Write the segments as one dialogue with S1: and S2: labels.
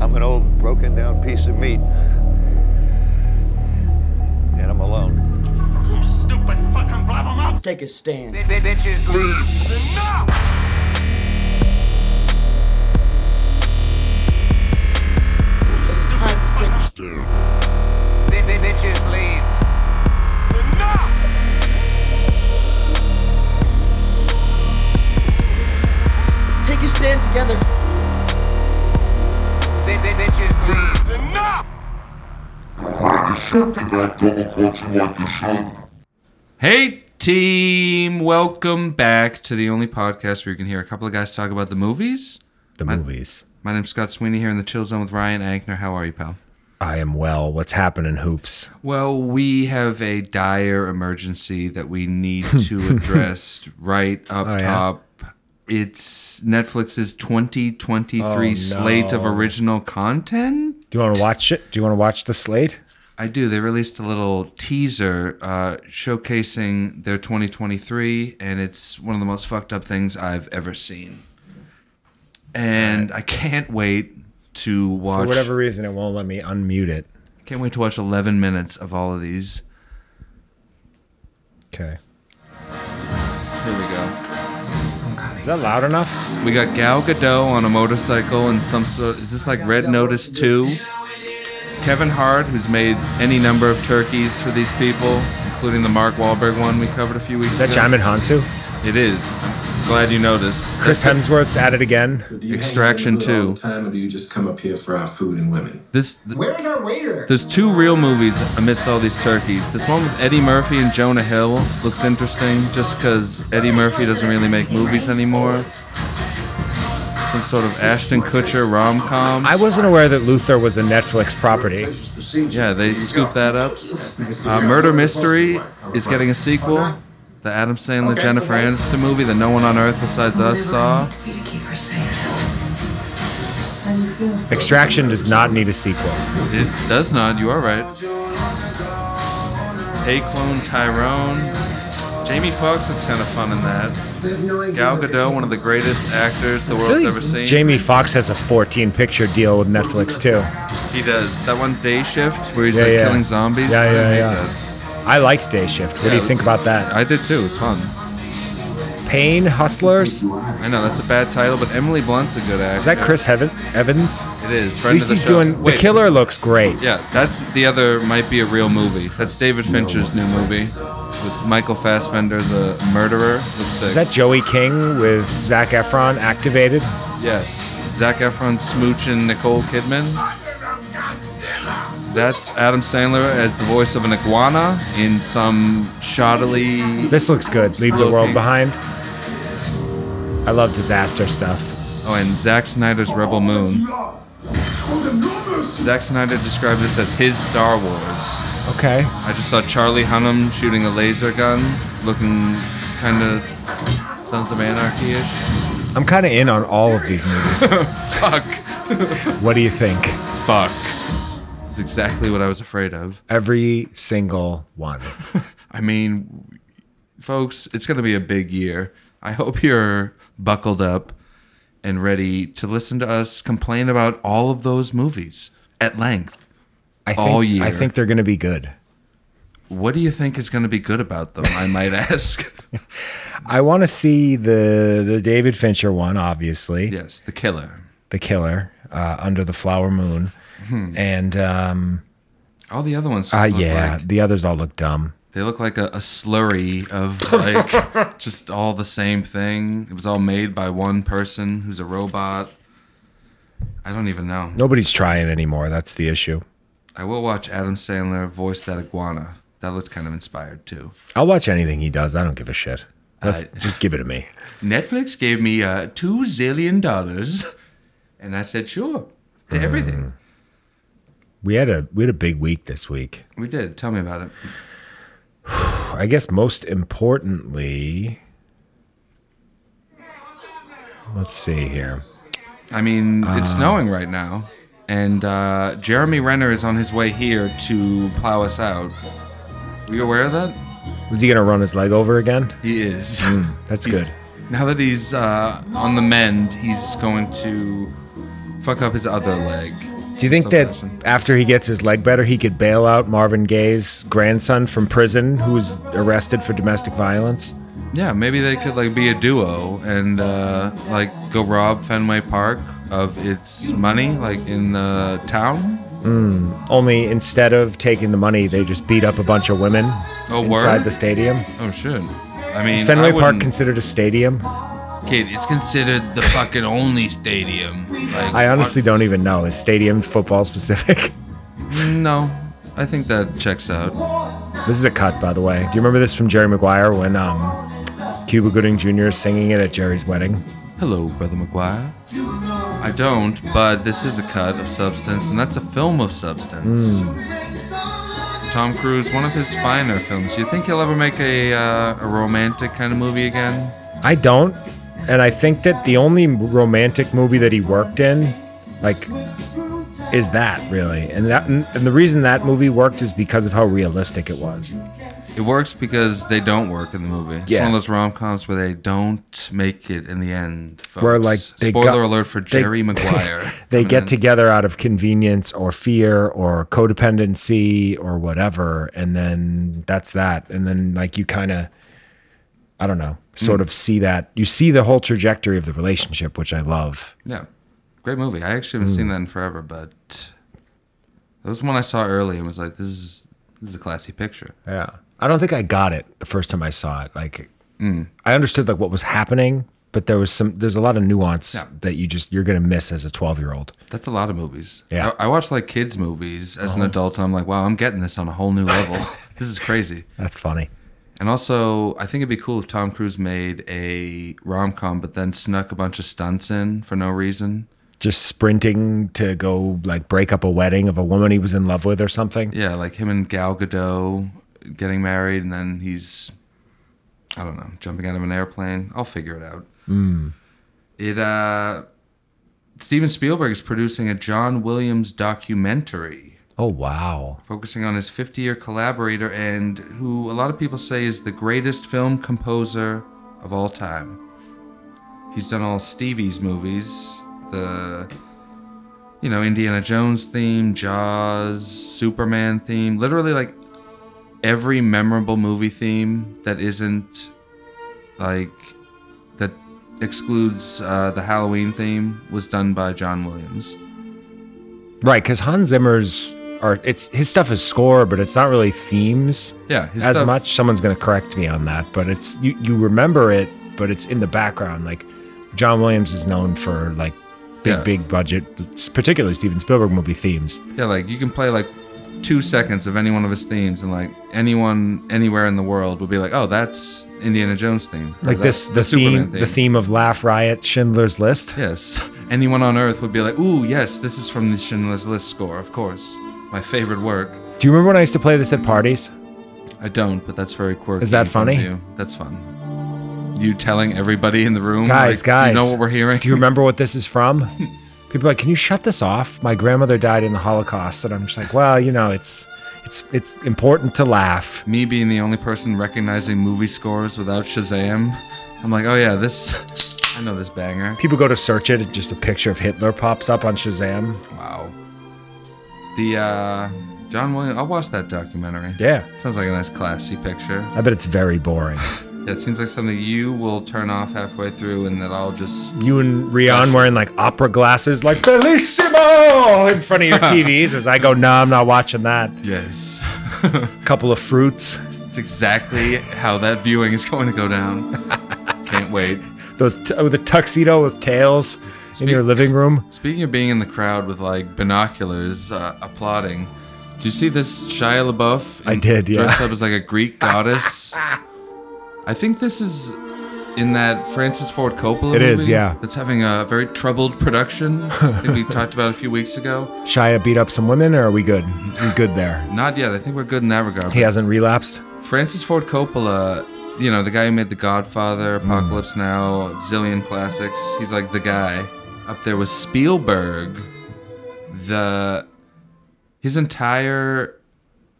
S1: I'm an old broken down piece of meat. And I'm alone.
S2: You stupid fucking blabbermouth!
S3: Take a stand.
S2: Enough! Enough!
S3: Take a stand together.
S2: Enough!
S4: Hey, you shouldn't be that double clutching like you should.
S5: Hey, team. Welcome back to the only podcast where you can hear a couple of guys talk about the movies.
S6: the movies.
S5: My name's Scott Sweeney here in the Chill Zone with Ryan Ankner. How are you, pal?
S6: I am well. What's happening, hoops?
S5: Well, we have a dire emergency that we need to address right up
S6: yeah?
S5: top. It's Netflix's 2023 slate of original content.
S6: Do you want to watch it? Do you want to watch the slate?
S5: I do. They released a little teaser uh, showcasing their 2023, and it's one of the most fucked up things I've ever seen. And I can't wait to watch.
S6: For whatever reason, it won't let me unmute it.
S5: Can't wait to watch 11 minutes of all of these.
S6: Okay.
S5: Here we go.
S6: Is that loud enough?
S5: We got Gal Gadot on a motorcycle and some sort. Is this like Red Notice 2? Kevin Hart, who's made any number of turkeys for these people, including the Mark Wahlberg one we covered a few weeks
S6: Is that
S5: ago.
S6: Jamin Hansu?
S5: It is. I'm glad you noticed.
S6: Chris Hemsworth's at it again.
S7: Do you
S5: Extraction
S7: hang out with
S5: 2.
S7: all the Time or do you just come up here for our food and women?
S5: This
S8: Where's our waiter?
S5: there's two real movies amidst all these turkeys. This one with Eddie Murphy and Jonah Hill looks interesting just because Eddie Murphy doesn't really make movies anymore. Some sort of Ashton Kutcher rom com.
S6: I wasn't aware that Luther was a Netflix property.
S5: Yeah, they scooped that up. Uh, Murder Mystery is getting a sequel. The Adam Sandler Jennifer Aniston movie that no one on earth besides us saw.
S9: You to keep her safe. How do you feel?
S6: Extraction does not need a sequel.
S5: It does not. You are right. A clone Tyrone. Jamie Foxx looks kind of fun in that.
S8: They have no idea
S5: Gal
S8: what they're
S5: Gadot,
S8: doing.
S5: one of the greatest actors the
S6: I
S5: world's
S6: feel
S5: ever seen.
S6: like Jamie Foxx has a 14 picture deal with Netflix too.
S5: He does that one day shift where he's
S6: Yeah,
S5: like
S6: yeah.
S5: killing zombies.
S6: Yeah,
S5: I
S6: yeah,
S5: hate
S6: yeah.
S5: that.
S6: I liked Day Shift. What do
S5: Yeah.
S6: you think about that?
S5: I did too. It's fun.
S6: Pain Hustlers? Is
S5: I know that's a bad title, but Emily Blunt's a good actor.
S6: that Chris Heaven- Evans?
S5: It is.
S6: At
S5: Friend
S6: least
S5: of the
S6: he's
S5: show.
S6: doing. The
S5: Wait,
S6: Killer looks great.
S5: Yeah, that's the other might be a real movie. That's David Fincher's new movie with Michael Fassbender as a murderer. Looks sick.
S6: Is that Joey King with Zach Efron activated?
S5: Yes. Zach Efron smooching Nicole Kidman. That's Adam Sandler as the voice of an iguana in some shoddily.
S6: This looks good. Leave the
S5: Looking.
S6: world behind. I love disaster stuff.
S5: Oh, and Zack Snyder's Rebel Moon. Zack Snyder described this as his Star Wars.
S6: Okay.
S5: I just saw Charlie Hunnam shooting a laser gun, looking kind of Sons of Anarchy ish.
S6: I'm kind of in on all of these movies.
S5: Fuck.
S6: what do you think?
S5: Fuck. That's exactly what I was afraid of.
S6: Every single one.
S5: I mean, folks, it's going to be a big year. I hope you're buckled up and ready to listen to us complain about all of those movies at length.
S6: I think,
S5: All year.
S6: I think they're going to be good.
S5: What do you think is going to be good about them? I might ask.
S6: I want to see the the David Fincher one, obviously.
S5: yes, The Killer.
S6: The Killer, uh, Under the Flower Moon,
S5: Hmm.
S6: and um,
S5: All the other ones just
S6: uh,
S5: look
S6: yeah,
S5: like
S6: the others all look dumb.
S5: they look like a, a slurry of like just all the same thing. It was all made by one person who's a robot. I don't even know.
S6: Nobody's trying anymore. That's the issue.
S5: I will watch Adam Sandler voice that iguana. That looked kind of inspired too.
S6: I'll watch anything he does. I don't give a shit. Let's
S5: I-
S6: just give it to me.
S5: Netflix gave me uh, two zillion dollars, and I said sure to
S6: Hmm.
S5: everything.
S6: We had a we had a big week this week.
S5: We did. Tell me about it.
S6: I guess most importantly, let's see here.
S5: I mean,
S6: Ah.
S5: it's snowing right now, and uh, Jeremy Renner is on his way here to plow us out. Were you aware of that?
S6: Was he gonna run his leg over again?
S5: He is.
S6: That's
S5: He's-
S6: good.
S5: Now that he's uh, on the mend, he's going to fuck up his other leg.
S6: Do you think
S5: Some
S6: that
S5: fashion.
S6: after he gets his leg better, he could bail out Marvin Gaye's grandson from prison, who was arrested for domestic violence?
S5: Yeah, maybe they could like be a duo and uh, like go rob Fenway Park of its money, like in the town.
S6: Only instead of taking the money, they just beat up a bunch of women
S5: Oh,
S6: inside
S5: word?
S6: the stadium.
S5: Oh shit! I mean,
S6: Is Fenway
S5: I
S6: Park
S5: wouldn't-
S6: considered a stadium?
S5: kid, it's considered the fucking only stadium. Like,
S6: I honestly
S5: what-
S6: don't e- even know. Is stadium football specific?
S5: No, I think that checks out.
S6: this is a cut, by the way. Do you remember this from Jerry Maguire when um, Cuba Gooding Jr. is singing it at Jerry's wedding?
S5: Hello, brother McGuire. I don't, but this is a cut of substance, and that's a film of substance. Tom Cruise, one of his finer films. Do you think he'll ever make a uh, a romantic kind of movie again?
S6: I don't. And I think that the only romantic movie that he worked in, like, is that really. And that and the reason that movie worked is because of how realistic it was.
S5: It works because they don't work in the movie. It's
S6: Yeah.
S5: one of those rom coms where they don't make it in the end. Folks.
S6: Where, like, they
S5: spoiler
S6: got-
S5: alert for
S6: they-
S5: Jerry Maguire.
S6: They
S5: Coming
S6: get
S5: in.
S6: together out of convenience or fear or codependency or whatever, and then that's that. And then like you kind of I don't know,
S5: Hmm.
S6: sort of see that. You see the whole trajectory of the relationship, which I love.
S5: Yeah, great movie. I actually
S6: Hmm.
S5: haven't seen that in forever, but that was one I saw early and was like, this is this is a classy picture.
S6: Yeah. I don't think I got it the first time I saw it. Like
S5: Hmm.
S6: I understood like what was happening, but there was some there's a lot of nuance
S5: Yeah.
S6: that you just you're gonna miss as a twelve year old.
S5: That's a lot of movies.
S6: Yeah.
S5: I, I watch like kids movies as an adult, and I'm like, wow, I'm getting this on a whole new level. this is crazy.
S6: That's funny.
S5: And also, I think it'd be cool if Tom Cruise made a rom com, but then snuck a bunch of stunts in for no reason.
S6: Just sprinting to go like break up a wedding of a woman he was in love with or something.
S5: Yeah, like him and Gal Gadot getting married, and then he's, I don't know, jumping out of an airplane. I'll figure it out. It, uh, Steven Spielberg is producing a John Williams documentary
S6: Oh wow.
S5: focusing on his 50 year collaborator and who a lot of people say is the greatest film composer of all time. He's done all Stevie's movies, the, you know, Indiana Jones theme, Jaws, Superman theme, literally like every memorable movie theme that isn't like, that excludes uh, the Halloween theme was done by John Williams.
S6: Right, because Hans Zimmer's are it's his stuff is score, but it's not really themes
S5: Yeah, his
S6: as
S5: stuff-
S6: much. Someone's gonna correct me on that, but it's you, you remember it, but it's in the background. Like John Williams is known for like big,
S5: Yeah.
S6: big budget, particularly Steven Spielberg movie themes.
S5: Yeah, like you can play like two seconds of any one of his themes, and like anyone anywhere in the world would be like, "Oh, that's Indiana Jones theme." or
S6: Like
S5: that's
S6: this the, theme, the theme of Laugh Riot, Schindler's List.
S5: Yes, anyone on Earth would be like, "Ooh, yes, this is from the Schindler's List score, of course, my favorite work."
S6: Do you remember when I used to play this at parties?
S5: I don't, but that's very quirky.
S6: Is
S5: in
S6: that
S5: front of
S6: funny?
S5: you. That's fun. You telling everybody in the room,
S6: Guys,
S5: like,
S6: guys,
S5: do you know what we're hearing?
S6: Do you remember what this is from? People are like, can you shut this off? My grandmother died in the Holocaust, and I'm just like, well, you know, it's it's it's important to laugh.
S5: me being the only person recognizing movie scores without Shazam? I'm like, "Oh yeah, this, I know this banger."
S6: People go to search it, and just a picture of Hitler pops up on Shazam.
S5: Wow. The uh John Williams I'll watch that documentary.
S6: Yeah,
S5: Sounds like a nice classy picture.
S6: I bet it's very boring.
S5: Yeah, it seems like something you will turn off halfway through and that I'll just
S6: You and Rion wearing like opera glasses, like bellissimo, in front of your TVs. As I go, no, I'm not watching that.
S5: Yes.
S6: Couple of fruits,
S5: It's exactly how that viewing is going to go down. Can't wait.
S6: those t- with a tuxedo with tails in your
S5: Speak-
S6: living room.
S5: Speaking of being in the crowd with like binoculars uh, applauding, do you see this Shia LaBeouf?
S6: I
S5: in-
S6: did, yeah.
S5: Dressed up as like a Greek goddess. I think this is in that Francis Ford Coppola.
S6: It is,
S5: movie
S6: yeah.
S5: That's having a very troubled production. I think we talked about it a few weeks ago.
S6: Shia beat up some women, or are we good? We good there.
S5: Not yet. I think we're good in that regard.
S6: He hasn't relapsed.
S5: Francis Ford Coppola, you know, the guy who made The Godfather, Apocalypse Now, zillion classics. He's like the guy up there with Spielberg. The his entire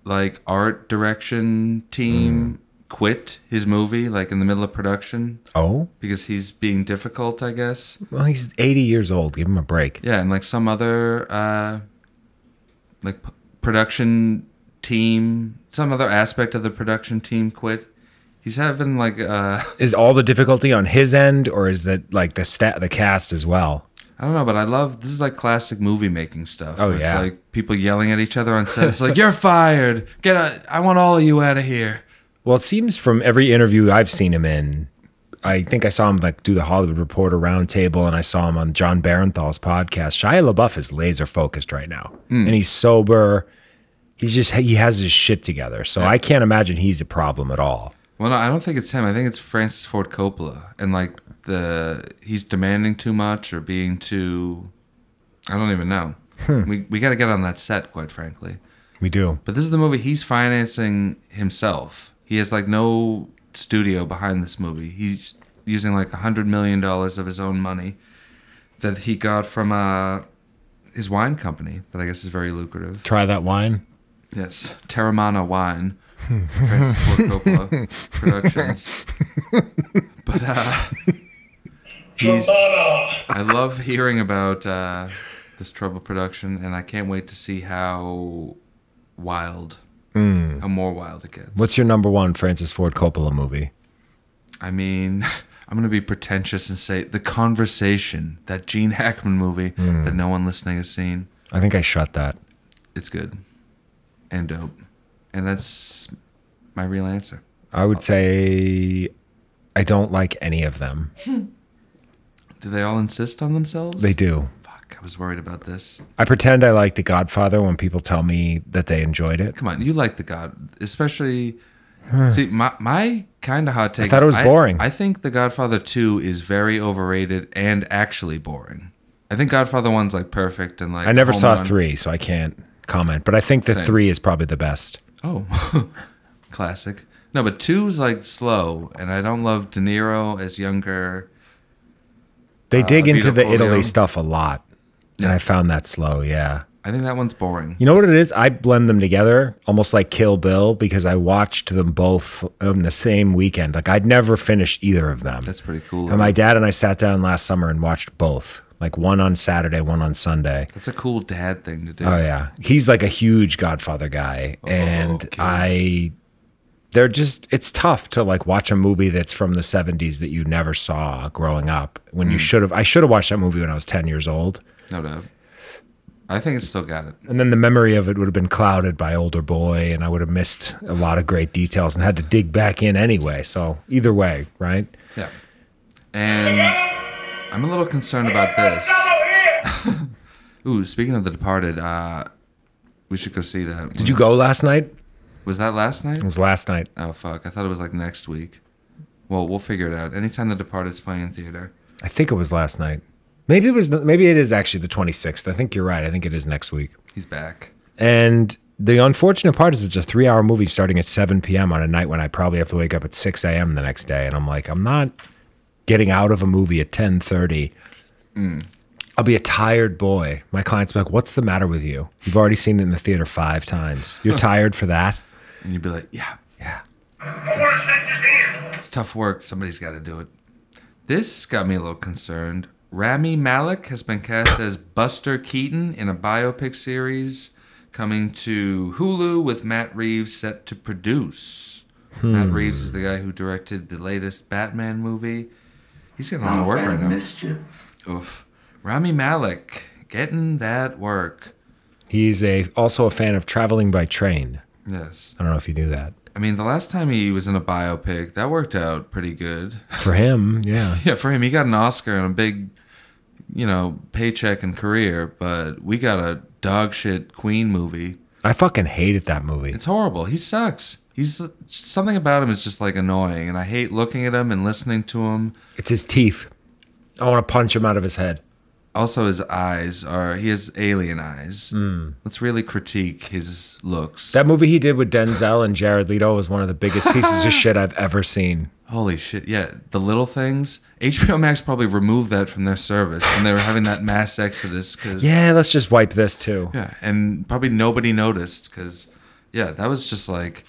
S5: like art direction team quit his movie like in the middle of production
S6: Oh,
S5: because he's being difficult, I guess.
S6: well, he's 80 years old. Give him a break.
S5: Yeah, and like some other uh like p- production team, some other aspect of the production team quit. He's having like uh
S6: Is all the difficulty on his end, or is that like the stat, the cast as well?
S5: I don't know, but I love this is like classic movie making stuff.
S6: Oh,
S5: where it's
S6: yeah.
S5: like people yelling at each other on set. It's like you're fired. Get out. I want all of you out of here.
S6: Well, it seems from every interview I've seen him in, I think I saw him like do the Hollywood Reporter roundtable, and I saw him on John Barenthal's podcast. Shia LaBeouf is laser focused right now, and he's sober. He's just he has his shit together, so I can't imagine he's a problem at all.
S5: Well, no, I don't think it's him. I think it's Francis Ford Coppola, and like the he's demanding too much or being too. I don't even know.
S6: Hmm.
S5: We we got to get on that set, quite frankly.
S6: We do.
S5: But this is the movie he's financing himself. He has like no studio behind this movie. He's using like a hundred million dollars of his own money that he got from uh, his wine company that I guess is very lucrative.
S6: Try that wine.
S5: Yes, Terramana Wine, Francis Ford Coppola Productions. But uh, he's, I love hearing about uh, this trouble production, and I can't wait to see how wild, how more wild it gets.
S6: What's your number one Francis Ford Coppola movie?
S5: I mean, I'm going to be pretentious and say The Conversation, that Gene Hackman movie that no one listening has seen.
S6: I think I shut that.
S5: It's good and dope. And that's my real answer.
S6: I would say I don't like any of them.
S5: Do they all insist on themselves?
S6: They do.
S5: Fuck, I was worried about this.
S6: I pretend I like The Godfather when people tell me that they enjoyed it.
S5: Come on, you like the God, especially. see, my my kind of hot take.
S6: thought
S5: is
S6: it was boring.
S5: I think The Godfather Two is very overrated and actually boring. I think Godfather One's like perfect and like.
S6: I never
S5: home
S6: saw
S5: run.
S6: three, so I can't comment. But I think the
S5: Same.
S6: three is probably the best.
S5: Oh, classic. No, but two's like slow, and I don't love De Niro as younger. Uh,
S6: They dig
S5: Vito
S6: into the
S5: Polio.
S6: Italy stuff a lot, and I found that slow. Yeah,
S5: I think that one's boring.
S6: you know what it is? I blend them together almost like Kill Bill because I watched them both on the same weekend. Like I'd never finished either of them.
S5: That's pretty cool.
S6: and my dad and I sat down last summer and watched both, like one on Saturday, one on Sunday.
S5: That's a cool dad thing to do.
S6: Oh yeah, he's like a huge Godfather guy, and
S5: okay.
S6: I. They're just. It's tough to like watch a movie that's from the '70s that you never saw growing up. When you should have, I should have watched that movie when I was 10 years old,
S5: No doubt. I think it's still got it.
S6: and then the memory of it would have been clouded by older boy, and I would have missed a lot of great details and had to dig back in anyway. So either way, right?
S5: Yeah. And I'm a little concerned about this. Ooh, speaking of The Departed, uh, we should go see that.
S6: Did you go last night? It
S5: Was that last night?
S6: was last night.
S5: Oh, fuck. I thought it was like next week. Well, we'll figure it out. Anytime The Departed's playing in theater.
S6: I think it was last night. Maybe it was. Maybe it is actually the 26th. I think you're right. I think it is next week.
S5: He's back.
S6: And the unfortunate part is it's a three hour movie starting at 7 p.m. on a night when I probably have to wake up at 6 a.m. the next day. And I'm like, I'm not getting out of a movie at 10.30. I'll be a tired boy. My client's like, what's the matter with you? You've already seen it in the theater five times. You're tired for that?
S5: And you'd be like, yeah,
S6: Yeah.
S5: it's tough work. Somebody's got to do it. This got me a little concerned. Rami Malik has been cast as Buster Keaton in a biopic series coming to Hulu with Matt Reeves set to produce. Matt Reeves is the guy who directed the latest Batman movie. He's getting a lot of work right now. Oof. Rami Malik getting that work.
S6: He's a also a fan of traveling by train.
S5: Yes.
S6: I don't know if you knew that.
S5: I mean, the last time he was in a biopic, that worked out pretty good.
S6: For him, yeah.
S5: Yeah, for him, he got an Oscar and a big, you know, paycheck and career, but we got a dog shit Queen movie.
S6: I fucking hated that movie.
S5: It's horrible. He sucks. He's something about him is just like annoying, and I hate looking at him and listening to him.
S6: It's his teeth. I want to punch him out of his head.
S5: Also, his eyes are he has alien eyes. Let's really critique his looks.
S6: Hmm. That movie he did with Denzel and Jared Leto was one of the biggest pieces of shit I've ever seen.
S5: Holy shit! Yeah, the little things. HBO Max probably removed that from their service when they were having that mass exodus. Cause
S6: Yeah, let's just wipe this too.
S5: Yeah, and probably nobody noticed because, yeah, that was just like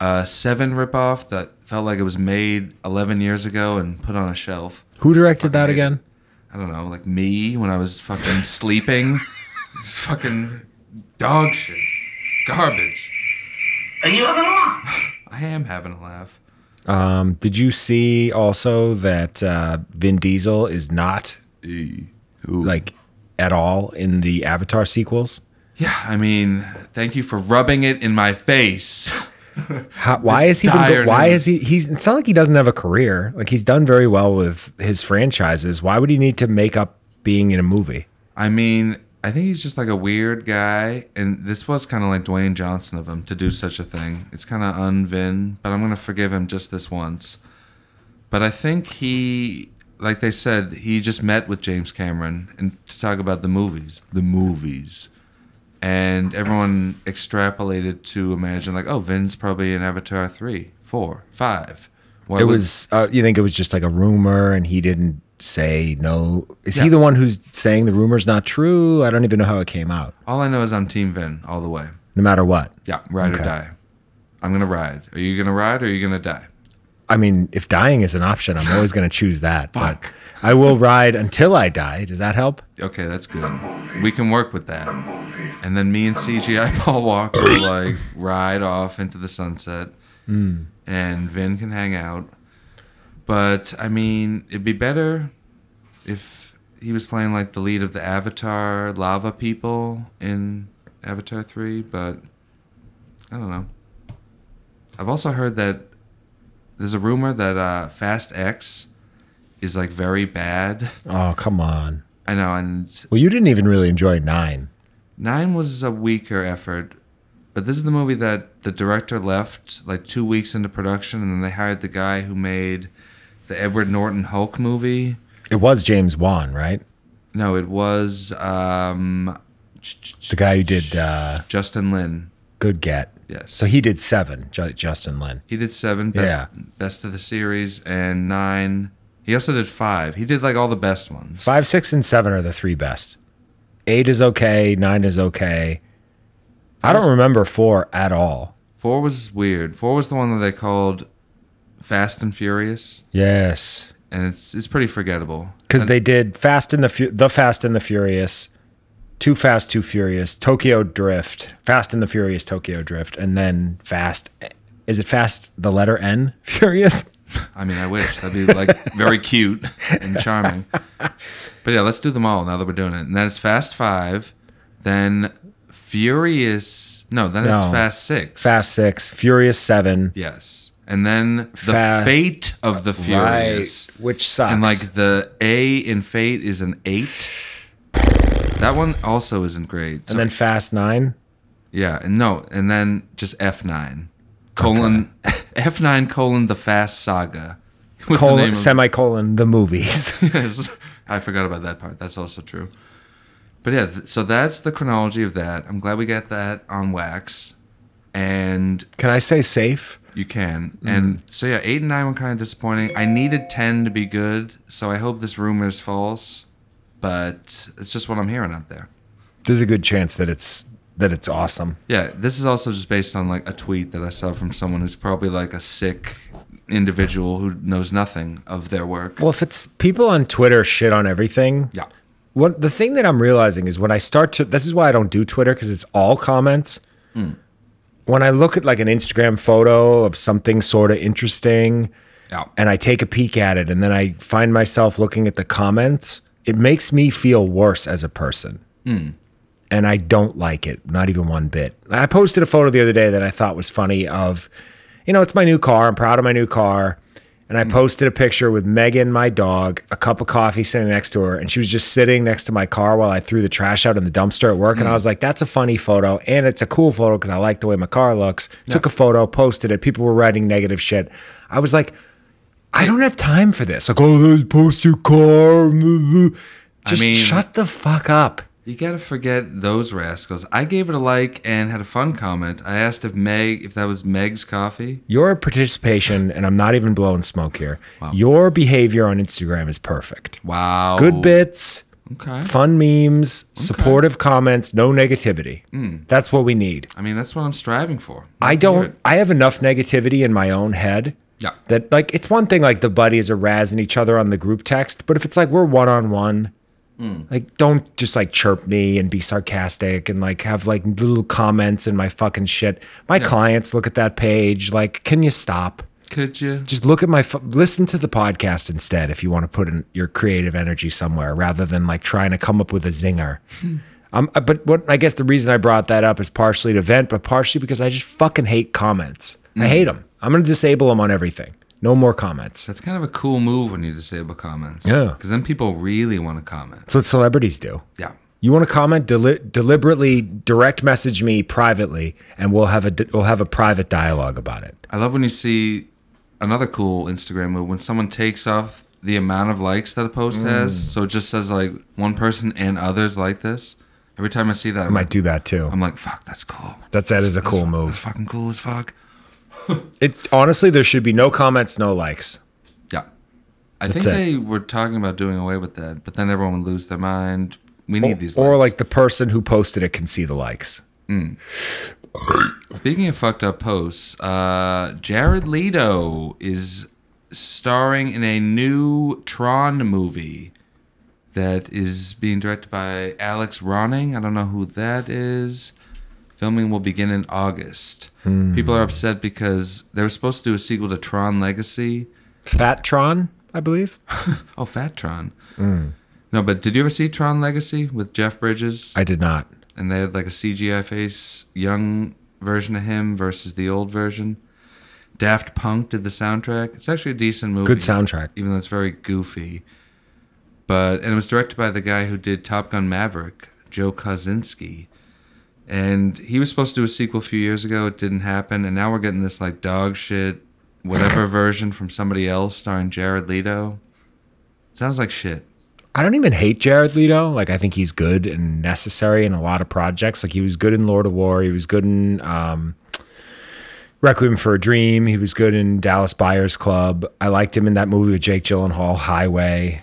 S5: a seven ripoff that felt like it was made 11 years ago and put on a shelf.
S6: Who directed that
S5: Fucking hate
S6: again?
S5: I don't know, like me when I was fucking sleeping. fucking Dog shit. Garbage.
S2: Are you having a laugh?
S5: I am having a laugh.
S6: Um, did you see also that uh, Vin Diesel is not
S5: E.
S6: like at all in the Avatar sequels?
S5: Yeah, I mean, thank you for rubbing it in my face.
S6: How, why
S5: This
S6: is he? Been,
S5: dire
S6: go- why
S5: need.
S6: is he? He's. It's not like he doesn't have a career. Like he's done very well with his franchises. Why would he need to make up being in a movie?
S5: I mean, I think he's just like a weird guy, and this was kind of like Dwayne Johnson of him to do such a thing. It's kind of unvin, but I'm gonna forgive him just this once. But I think he, like they said, he just met with James Cameron and to talk about the movies, the movies, and everyone extrapolated to imagine like, oh, Vin's probably in Avatar three, four, five. Why
S6: it
S5: would-
S6: was. Uh, you think it was just like a rumor, and he didn't say no. Is he
S5: Yeah.
S6: the one who's saying the rumor's not true? I don't even know how it came out.
S5: all I know is I'm Team Vin all the way.
S6: No matter what.
S5: Yeah, ride or
S6: Okay.
S5: die. I'm gonna ride. Are you gonna ride or are you gonna die?
S6: I mean, if dying is an option, I'm always going to choose that. But I will ride until I die. Does that help?
S5: Okay, that's good. We can work with that. And then me and CGI Paul Walker will, like ride off into the sunset, and Vin can hang out. But I mean, it'd be better if he was playing like the lead of the Avatar lava people in Avatar Three. But I don't know. I've also heard that there's a rumor that uh, Fast X is like very bad.
S6: Oh, come on.
S5: I know, and
S6: Well, you didn't even really enjoy nine.
S5: Nine was a weaker effort, but this is the movie that the director left like two weeks into production, and then they hired the guy who made the Edward Norton Hulk movie.
S6: It was James Wan, right?
S5: No, it was um,
S6: The guy who did uh,
S5: Justin Lin.
S6: Good Get.
S5: Yes.
S6: So he did seven, Ju- Justin Lin.
S5: He did seven best
S6: Yeah.
S5: best of the series and nine. He also did five. He did like all the best ones.
S6: Five, six, and seven are the three best. Eight is okay. Nine is okay. I don't remember four at all.
S5: Four was weird. Four was the one that they called Fast and Furious,
S6: Yes.
S5: and it's it's pretty forgettable.
S6: because they did Fast and the Fu- the Fast and the Furious, Too Fast, Too Furious, Tokyo Drift, Fast and the Furious, Tokyo Drift, and then Fast. Is it Fast? The letter N, Furious.
S5: I mean, I wish that'd be like very cute and charming. But yeah, let's do them all now that we're doing it. And then it's Fast Five, then Furious. No, then it's
S6: No.
S5: Fast Six.
S6: Fast Six, Furious Seven,
S5: Yes, and then the
S6: Fast-
S5: Fate of the Furious,
S6: right, which sucks.
S5: and like the A in Fate is an eight. That one also isn't great. So,
S6: and then Fast Nine.
S5: yeah, and no, and then just F nine colon F nine colon the Fast Saga. was the name
S6: Colon,
S5: of-
S6: semicolon the movies.
S5: Yes. I forgot about that part. That's also true. But yeah, th- so that's the chronology of that. I'm glad we got that on wax. And
S6: Can I say safe?
S5: you can. And so yeah, 8 and 9 were kind of disappointing. I needed 10 to be good, so I hope this rumor is false, but it's just what I'm hearing out there.
S6: There's a good chance that it's that it's awesome.
S5: Yeah, this is also just based on like a tweet that I saw from someone who's probably like a sick individual who knows nothing of their work.
S6: Well, if it's people on Twitter shit on everything,
S5: Yeah.
S6: What the thing that I'm realizing is when I start to this is why I don't do Twitter because it's all comments. When I look at like an Instagram photo of something sort of interesting
S5: Yeah.
S6: and I take a peek at it and then I find myself looking at the comments, it makes me feel worse as a person. And I don't like it, not even one bit. I posted a photo the other day that I thought was funny of, you know, it's my new car. I'm proud of my new car. And I posted a picture with Megan, my dog, a cup of coffee sitting next to her. And she was just sitting next to my car while I threw the trash out in the dumpster at work. And I was like, that's a funny photo. And it's a cool photo because I like the way my car looks. Took a photo, posted it. People were writing negative shit. I was like, I don't have time for this. Like, oh, let's post your car. Just
S5: mean-
S6: shut the fuck up.
S5: You gotta forget those rascals. I gave it a like and had a fun comment. I asked if Meg, if that was Meg's coffee.
S6: Your participation, and I'm not even blowing smoke here, your behavior on Instagram is perfect.
S5: Wow.
S6: Good bits,
S5: Okay.
S6: fun memes, supportive comments, no negativity. That's what we need.
S5: I mean, that's what I'm striving for.
S6: I don't,
S5: Weird.
S6: I have enough negativity in my own head.
S5: Yeah.
S6: That like it's one thing like the buddies are razzing each other on the group text, but if it's like we're one on one, Like, don't just like chirp me and be sarcastic and like have like little comments in my fucking shit. My clients look at that page. Like, can you stop?
S5: Could you?
S6: Just look at my, fu- listen to the podcast instead if you want to put in your creative energy somewhere rather than like trying to come up with a zinger. Um, uh, but what I guess the reason I brought that up is partially to vent, but partially because I just fucking hate comments. I hate them. I'm going to disable them on everything. No more comments.
S5: That's kind of a cool move when you disable comments.
S6: Yeah.
S5: Because then people really want to comment.
S6: That's what celebrities do.
S5: Yeah.
S6: You want to comment? Deli- deliberately direct message me privately, and we'll have a di- we'll have a private dialogue about it.
S5: I love when you see another cool Instagram move when someone takes off the amount of likes that a post
S6: Mm.
S5: has. So it just says like one person and others like this. Every time I see that,
S6: I
S5: I'm,
S6: might
S5: like,
S6: do that too.
S5: I'm like, fuck, that's cool.
S6: That's that is a cool
S5: That's
S6: move.
S5: fucking cool as fuck.
S6: It honestly, there should be no comments, no likes.
S5: Yeah. I
S6: That's
S5: think
S6: it.
S5: they were talking about doing away with that, but then everyone would lose their mind. We need these
S6: or
S5: likes.
S6: like the person who posted it can see the likes.
S5: Speaking of fucked up posts, uh, Jared Leto is starring in a new Tron movie that is being directed by Alex Ronning. I don't know who that is. Filming will begin in August.
S6: Hmm.
S5: People are upset because they were supposed to do a sequel to Tron Legacy.
S6: Fat Tron, I believe.
S5: Oh, Fat Tron.
S6: Mm.
S5: No, but did you ever see Tron Legacy with Jeff Bridges?
S6: I did not.
S5: and they had like a CGI face, young version of him versus the old version. Daft Punk did the soundtrack. It's actually a decent movie.
S6: Good soundtrack.
S5: even though it's very goofy. But and it was directed by the guy who did Top Gun Maverick, Joe Kosinski. And he was supposed to do a sequel a few years ago. It didn't happen, and now we're getting this like dog shit, whatever version from somebody else starring Jared Leto. Sounds like shit.
S6: I don't even hate Jared Leto. Like I think he's good and necessary in a lot of projects. Like he was good in Lord of War. He was good in um, Requiem for a Dream. He was good in Dallas Buyers Club. I liked him in that movie with Jake Gyllenhaal, Highway.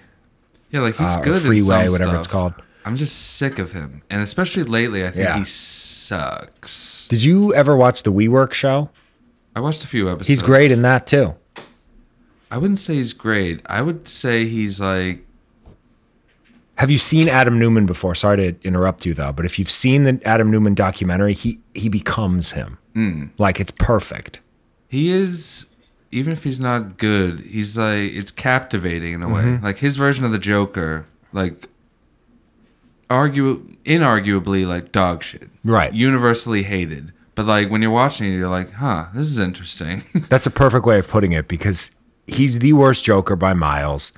S5: Yeah, like he's
S6: uh, or
S5: good
S6: Freeway,
S5: in some
S6: whatever it's
S5: stuff.
S6: called.
S5: I'm just sick of him, and especially lately, I think
S6: Yeah.
S5: he sucks.
S6: Did you ever watch the WeWork show?
S5: I watched a few episodes.
S6: He's great in that too.
S5: I wouldn't say he's great. I would say he's like
S6: Have you seen Adam Newman before? Sorry to interrupt you though, but if you've seen the Adam Newman documentary, he he becomes him. Like it's perfect.
S5: he is. Even if he's not good, he's like it's captivating in a way. Like his version of the Joker, like argue inarguably like dog shit,
S6: Right.
S5: Universally hated. But like when you're watching it, you're like, huh, this is interesting.
S6: That's a perfect way of putting it because he's the worst Joker by miles,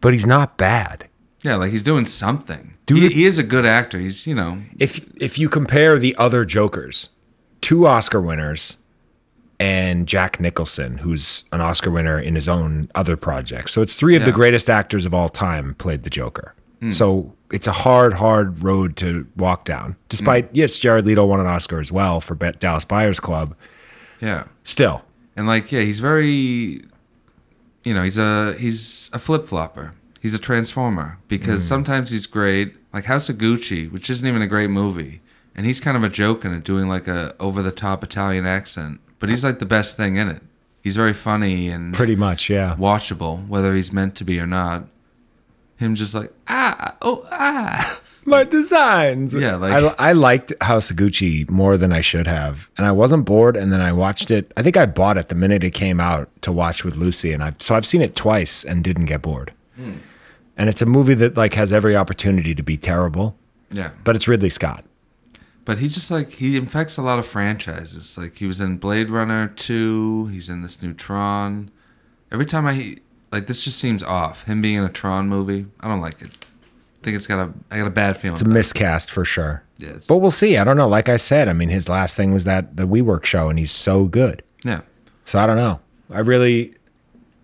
S6: but he's not bad.
S5: yeah, like he's doing something.
S6: Dude,
S5: he,
S6: it-
S5: he is a good actor. He's you know
S6: If if you compare the other Jokers, two Oscar winners, and Jack Nicholson, who's an Oscar winner in his own other projects, so it's three of the
S5: Yeah.
S6: greatest actors of all time played the Joker. So it's a hard, hard road to walk down. Despite yes, Jared Leto won an Oscar as well for Be- Dallas Buyers Club.
S5: yeah.
S6: Still,
S5: And like, yeah, he's very, you know, he's a he's a flip flopper. He's a transformer because sometimes he's great, like House of Gucci, which isn't even a great movie, and he's kind of a joke in it, doing like a over the top Italian accent. But he's like the best thing in it. He's very funny and
S6: pretty much, yeah.
S5: watchable, whether he's meant to be or not. Him just like ah oh ah.
S6: my designs.
S5: Yeah, like-
S6: I, I liked House of Gucci more than I should have, and I wasn't bored. And then I watched it. I think I bought it the minute it came out to watch with Lucy, and I have so I've seen it twice and didn't get bored.
S5: Hmm.
S6: And it's a movie that like has every opportunity to be terrible,
S5: Yeah,
S6: but it's Ridley Scott.
S5: But he just like he infects a lot of franchises. Like he was in Blade Runner 2, he's in this new Tron. Every time I like this just seems off. Him being in a Tron movie, I don't like it. I think it's got a I got a bad feeling.
S6: It's a
S5: about it.
S6: miscast for sure.
S5: Yeah, it's-
S6: But we'll see. I don't know. Like I said, I mean, his last thing was that the WeWork show, and he's so good.
S5: yeah.
S6: So I don't know. I really,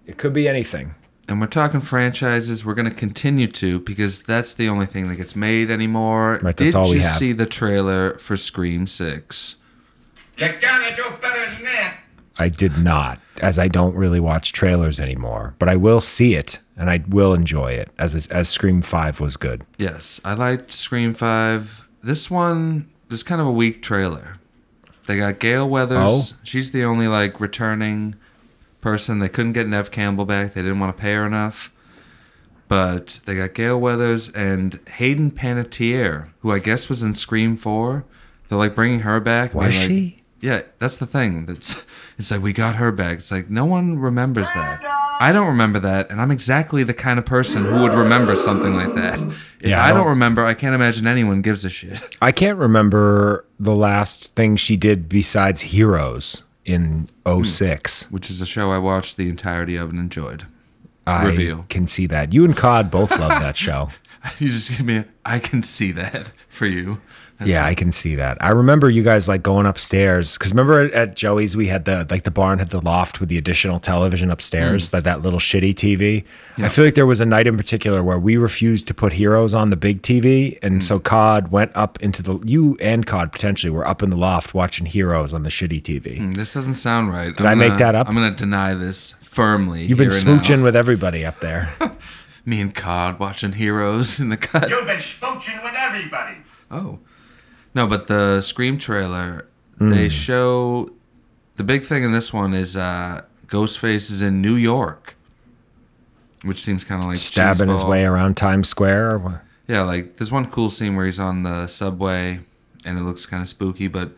S6: it could be anything.
S5: And we're talking franchises we're going to continue to because that's the only thing that gets made anymore.
S6: Right, that's
S5: Did
S6: all we
S5: you
S6: have.
S5: see the trailer for Scream 6?
S2: You gotta do better than that.
S6: I did not, as I don't really watch trailers anymore. But I will see it, and I will enjoy it, as as Scream Five was good.
S5: Yes, I liked Scream 5. This one was kind of a weak trailer. They got Gail Weathers.
S6: Oh.
S5: She's the only like returning person. They couldn't get Nev Campbell back. They didn't want to pay her enough. but they got Gail Weathers and Hayden Panettiere, who I guess was in Scream Four. They're like bringing her back.
S6: Was
S5: being like-
S6: she?
S5: Yeah, that's the thing. That's it's like we got her back. It's like no one remembers that. I don't remember that, and I'm exactly the kind of person who would remember something like that. If
S6: Yeah, I
S5: I don't
S6: don't-
S5: remember, I can't imagine anyone gives a shit.
S6: I can't remember the last thing she did besides Heroes in 06.
S5: Which is a show I watched the entirety of and enjoyed.
S6: I
S5: Reveal.
S6: can see that. You and Cod both love that show.
S5: You just give me. A, I can see that for you. That's
S6: yeah, I can see that. I remember you guys like going upstairs because remember at, at Joey's we had the like the barn had the loft with the additional television
S5: Mm.
S6: upstairs, like that little shitty TV. I feel like there was a night in particular where we refused to put Heroes on the big TV,
S5: Mm.
S6: and so Cod went up into the you and Cod potentially were up in the loft watching Heroes on the shitty TV.
S5: This doesn't sound right.
S6: I make that up?
S5: I'm gonna deny this firmly.
S6: You've been
S5: here and now.
S6: smooching with everybody up there.
S5: me and Cod watching Heroes in the cut.
S2: You've been smooching with everybody.
S5: Oh, no, but the Scream trailer
S6: Hmm.
S5: they show the big thing in this one is uh, Ghostface is in New York, which seems kind of like
S6: stabbing his
S5: cheeseball.
S6: way around Times Square. or wha-
S5: Yeah, like there's one cool scene where he's on the subway and it looks kind of spooky, but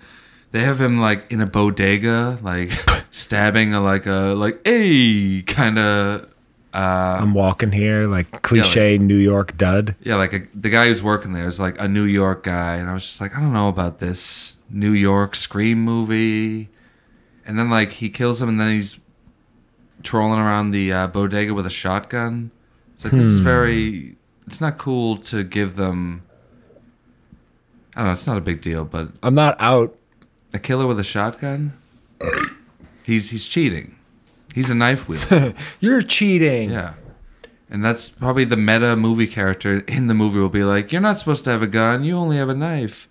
S5: they have him like in a bodega, like stabbing a like a like a kind of Uh,
S6: I'm walking here like cliche New York dud.
S5: yeah, like a, the guy who's working there is like a New York guy, and I was just like, I don't know about this New York scream movie, and then like he kills him, and then he's trolling around the uh, bodega with a shotgun. It's like this is very. It's not cool to give them. I don't know. It's not a big deal, but
S6: I'm not out.
S5: a killer with a shotgun. He's he's cheating. He's a knife wielder.
S6: You're cheating.
S5: yeah. And that's probably the meta movie character in the movie will be like, "You're not supposed to have a gun. You only have a knife."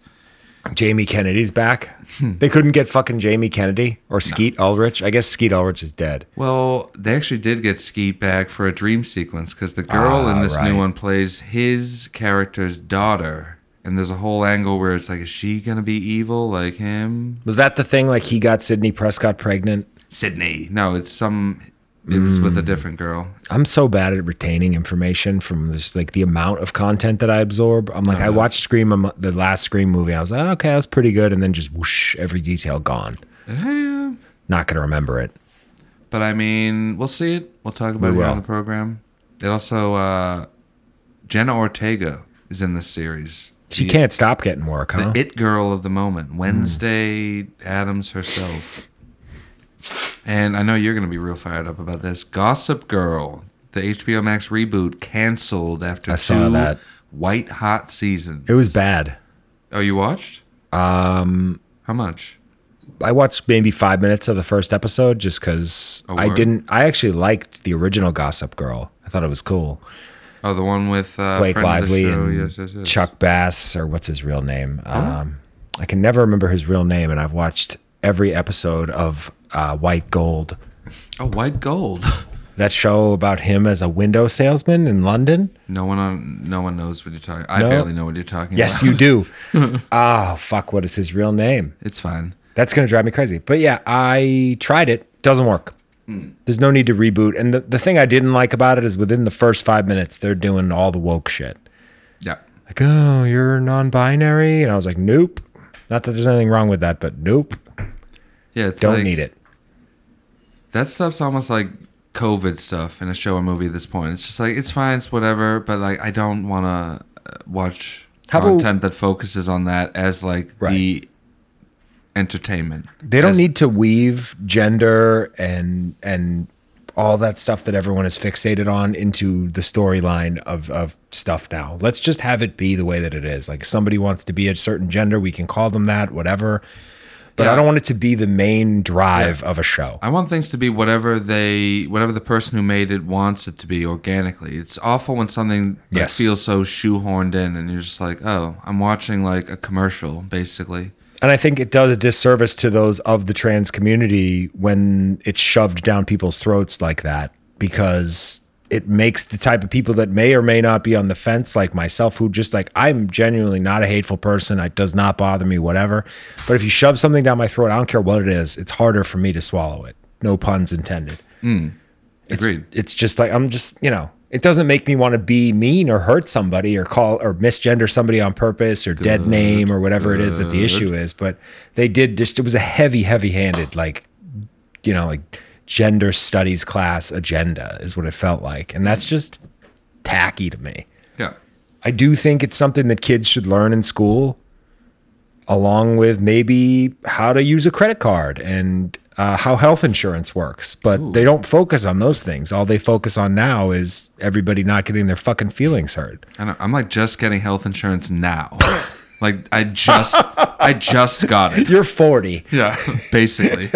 S6: Jamie Kennedy's back.
S5: Hmm.
S6: they couldn't get fucking Jamie Kennedy or Skeet Ulrich. I guess Skeet Ulrich is dead.
S5: Well, they actually did get Skeet back for a dream sequence because the girl
S6: Ah,
S5: in this
S6: right.
S5: new one plays his character's daughter, and there's a whole angle where it's like, "Is she gonna be evil like him?"
S6: Was that the thing like he got Sidney Prescott pregnant?
S5: Sydney. No, it's some. It was with a
S6: Mm.
S5: different girl.
S6: I'm so bad at retaining information from just like the amount of content that I absorb. I'm
S5: Uh-huh.
S6: like, I watched Scream, um, the last Scream movie. I was like, okay, that was pretty good. And then just whoosh, every detail gone.
S5: Eh,
S6: Not going to remember it.
S5: But I mean, we'll see it. We'll talk about
S6: We
S5: it here
S6: will.
S5: on the program. It also uh, Jenna Ortega is in this series.
S6: She
S5: The-
S6: can't stop getting work,
S5: The
S6: huh? Hmm.
S5: it girl of the moment, Wednesday Adams herself. And I know you're going to be real fired up about this. Gossip Girl, the HBO Max reboot, canceled after
S6: I
S5: two
S6: saw that.
S5: white hot seasons.
S6: It was bad.
S5: Oh, you watched?
S6: Um,
S5: How much?
S6: I watched maybe five minutes of the first episode just because
S5: Oh,
S6: I
S5: word.
S6: didn't. I actually liked the original Gossip Girl. I thought it was cool.
S5: Oh, the one with uh,
S6: Blake
S5: friend of the
S6: Lively
S5: show.
S6: and
S5: Yes, yes, yes.
S6: Chuck Bass, or what's his real name? Um, I can never remember his real name, and I've watched every episode of uh, White Gold,
S5: Oh, White Gold.
S6: that show about him as a window salesman in London.
S5: No one on. No one knows what you're talking. I
S6: No.
S5: barely know what you're talking.
S6: Yes,
S5: about.
S6: you do. oh, fuck, what is his real name?
S5: It's fine.
S6: That's going to drive me crazy. But yeah, I tried it. Doesn't work.
S5: Hmm.
S6: There's no need to reboot. And the, the thing I didn't like about it is within the first five minutes, they're doing all the woke shit.
S5: Yeah.
S6: Like, oh, you're non binary. And I was like, nope. Not that there's anything wrong with that, but nope.
S5: Yeah. It's
S6: Don't
S5: like-
S6: need it.
S5: That stuff's almost like COVID stuff in a show or movie at this point. It's just like it's fine, it's whatever, but like I don't want to watch
S6: How about-
S5: content that focuses on that as like
S6: Right.
S5: the entertainment.
S6: They don't
S5: As-
S6: need to weave gender and and all that stuff that everyone is fixated on into the storyline of, of stuff now. Let's just have it be the way that it is. Like somebody wants to be a certain gender, we can call them that, whatever. But I
S5: Yeah.
S6: don't want it to be the main drive of a show.
S5: I want things to be whatever they, whatever the person who made it wants it to be organically. It's awful when something like,
S6: Yes.
S5: feels so shoehorned in, and you're just like, oh, I'm watching like a commercial, basically.
S6: And I think it does a disservice to those of the trans community when it's shoved down people's throats like that because it makes the type of people that may or may not be on the fence like myself who just like I'm genuinely not a hateful person it does not bother me whatever but if you shove something down my throat I don't care what it is it's harder for me to swallow it no puns intended
S5: Agreed.
S6: it's just like I'm just you know It doesn't make me want to be mean or hurt somebody or call or misgender somebody on purpose or dead name or whatever it is that the issue is. But they did just, it was a heavy, heavy handed, like, you know, like gender studies class agenda is what it felt like. And that's just tacky to me.
S5: Yeah.
S6: I do think it's something that kids should learn in school, along with maybe how to use a credit card and uh, how health insurance works. But they don't focus on those things. All they focus on now is everybody not getting their fucking feelings hurt.
S5: I don't, I'm like just getting health insurance now. like I just, I just got it.
S6: You're 40.
S5: Yeah, basically.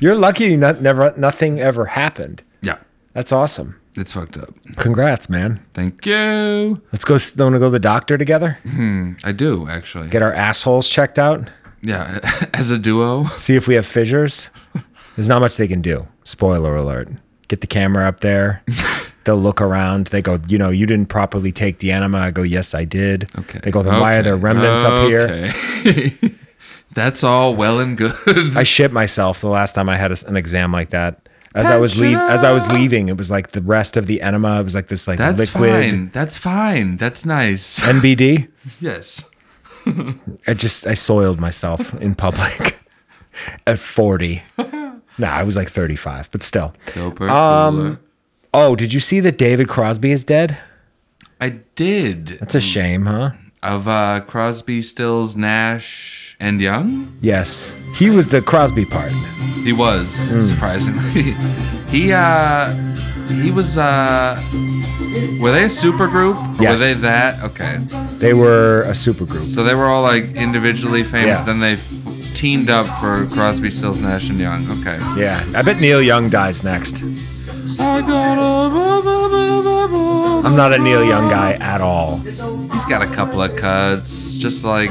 S6: You're lucky not, never, nothing ever happened.
S5: Yeah,
S6: That's awesome.
S5: it's fucked up.
S6: Congrats, man.
S5: Thank you.
S6: Let's go. s- Wanna go to the doctor together?
S5: I do actually.
S6: Get our assholes checked out.
S5: Yeah, as a duo.
S6: see if we have fissures. There's not much they can do. Spoiler alert. Get the camera up there. They'll look around. They go, you know, you didn't properly take the enema. I go, yes, I did.
S5: Okay.
S6: They go, then why are there
S5: Okay.
S6: remnants up here?
S5: Okay. That's all well and good.
S6: I shit myself the last time I had a s an exam like that. As I was leave, as I was leaving, it was like the rest of the enema. It was like this, like
S5: That's
S6: liquid
S5: fine. That's fine. That's nice.
S6: NBD.
S5: yes.
S6: I just I soiled myself in public at 40. Nah, I was like 35, but still.
S5: Doper.
S6: Um,
S5: cooler.
S6: Oh, did you see that David Crosby is dead?
S5: I did
S6: That's a shame, huh?
S5: of uh, Crosby, Stills, Nash, and Young.
S6: Yes. He was the Crosby part.
S5: He was
S6: Hmm.
S5: surprisingly. he uh, he was uh, were they a super group? Were
S6: Yes.
S5: they that? Okay.
S6: They were a supergroup.
S5: So they were all like individually famous.
S6: Yeah.
S5: Then they f- teamed up for Crosby, Stills, Nash, and Young. Okay.
S6: Yeah. I bet Neil Young dies next.
S5: I
S6: I'm not a Neil Young guy at all.
S5: He's got a couple of cuts, just like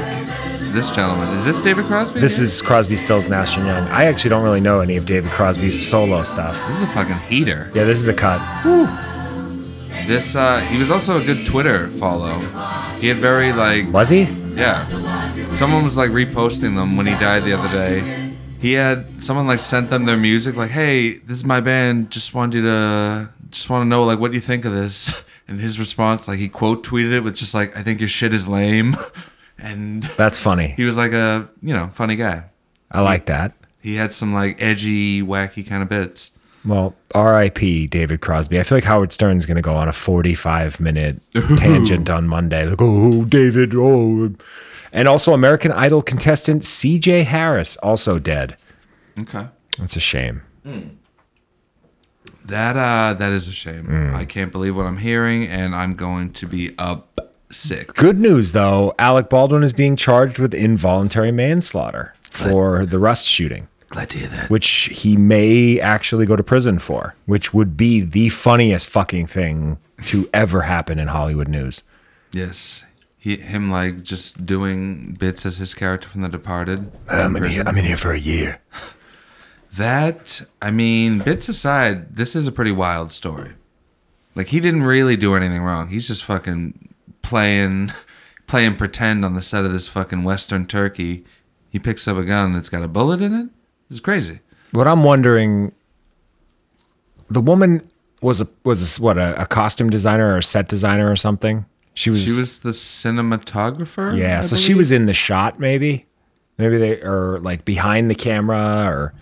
S5: this gentleman. Is this David Crosby?
S6: This
S5: again?
S6: is Crosby, Stills, Nash and Young. I actually don't really know any of David Crosby's solo stuff.
S5: this is a fucking heater.
S6: Yeah, this is a cut.
S5: This uh, he was also a good Twitter follow. He had very like
S6: Was he?
S5: yeah. Someone was like reposting them when he died the other day. He had someone like sent them their music like, "Hey, this is my band. Just wanted you to just want to know like what you think of this." And his response like he quote tweeted it with just like, "I think your shit is lame." And
S6: That's funny.
S5: he was like a, you know, funny guy.
S6: I like that.
S5: He had some like edgy, wacky kind of bits.
S6: Well, R.I.P. David Crosby. I feel like Howard Stern's going to go on a 45 minute tangent on Monday. Like, oh, David, oh. And also, American Idol contestant C.J. Harris, also dead.
S5: Okay.
S6: That's a shame.
S5: That uh that is a shame. I can't believe what I'm hearing and I'm going to be up sick.
S6: Good news, though, Alec Baldwin is being charged with involuntary manslaughter for the Rust shooting,
S5: Glad to hear that.
S6: which he may actually go to prison for, which would be the funniest fucking thing to ever happen in Hollywood news.
S5: Yes. He, him like just doing bits as his character from The Departed.
S6: I'm in, here, I'm in here for a year.
S5: That I mean, bits aside, this is a pretty wild story. Like he didn't really do anything wrong. He's just fucking playing playing pretend on the set of this fucking western turkey. He picks up a gun that's got a bullet in it. It's crazy.
S6: What I'm wondering, the woman was a was a, what a, a costume designer or a set designer or something. She was,
S5: She was the cinematographer.
S6: yeah.
S5: I
S6: so she
S5: believe?
S6: was in the shot, maybe, maybe they or like behind the camera or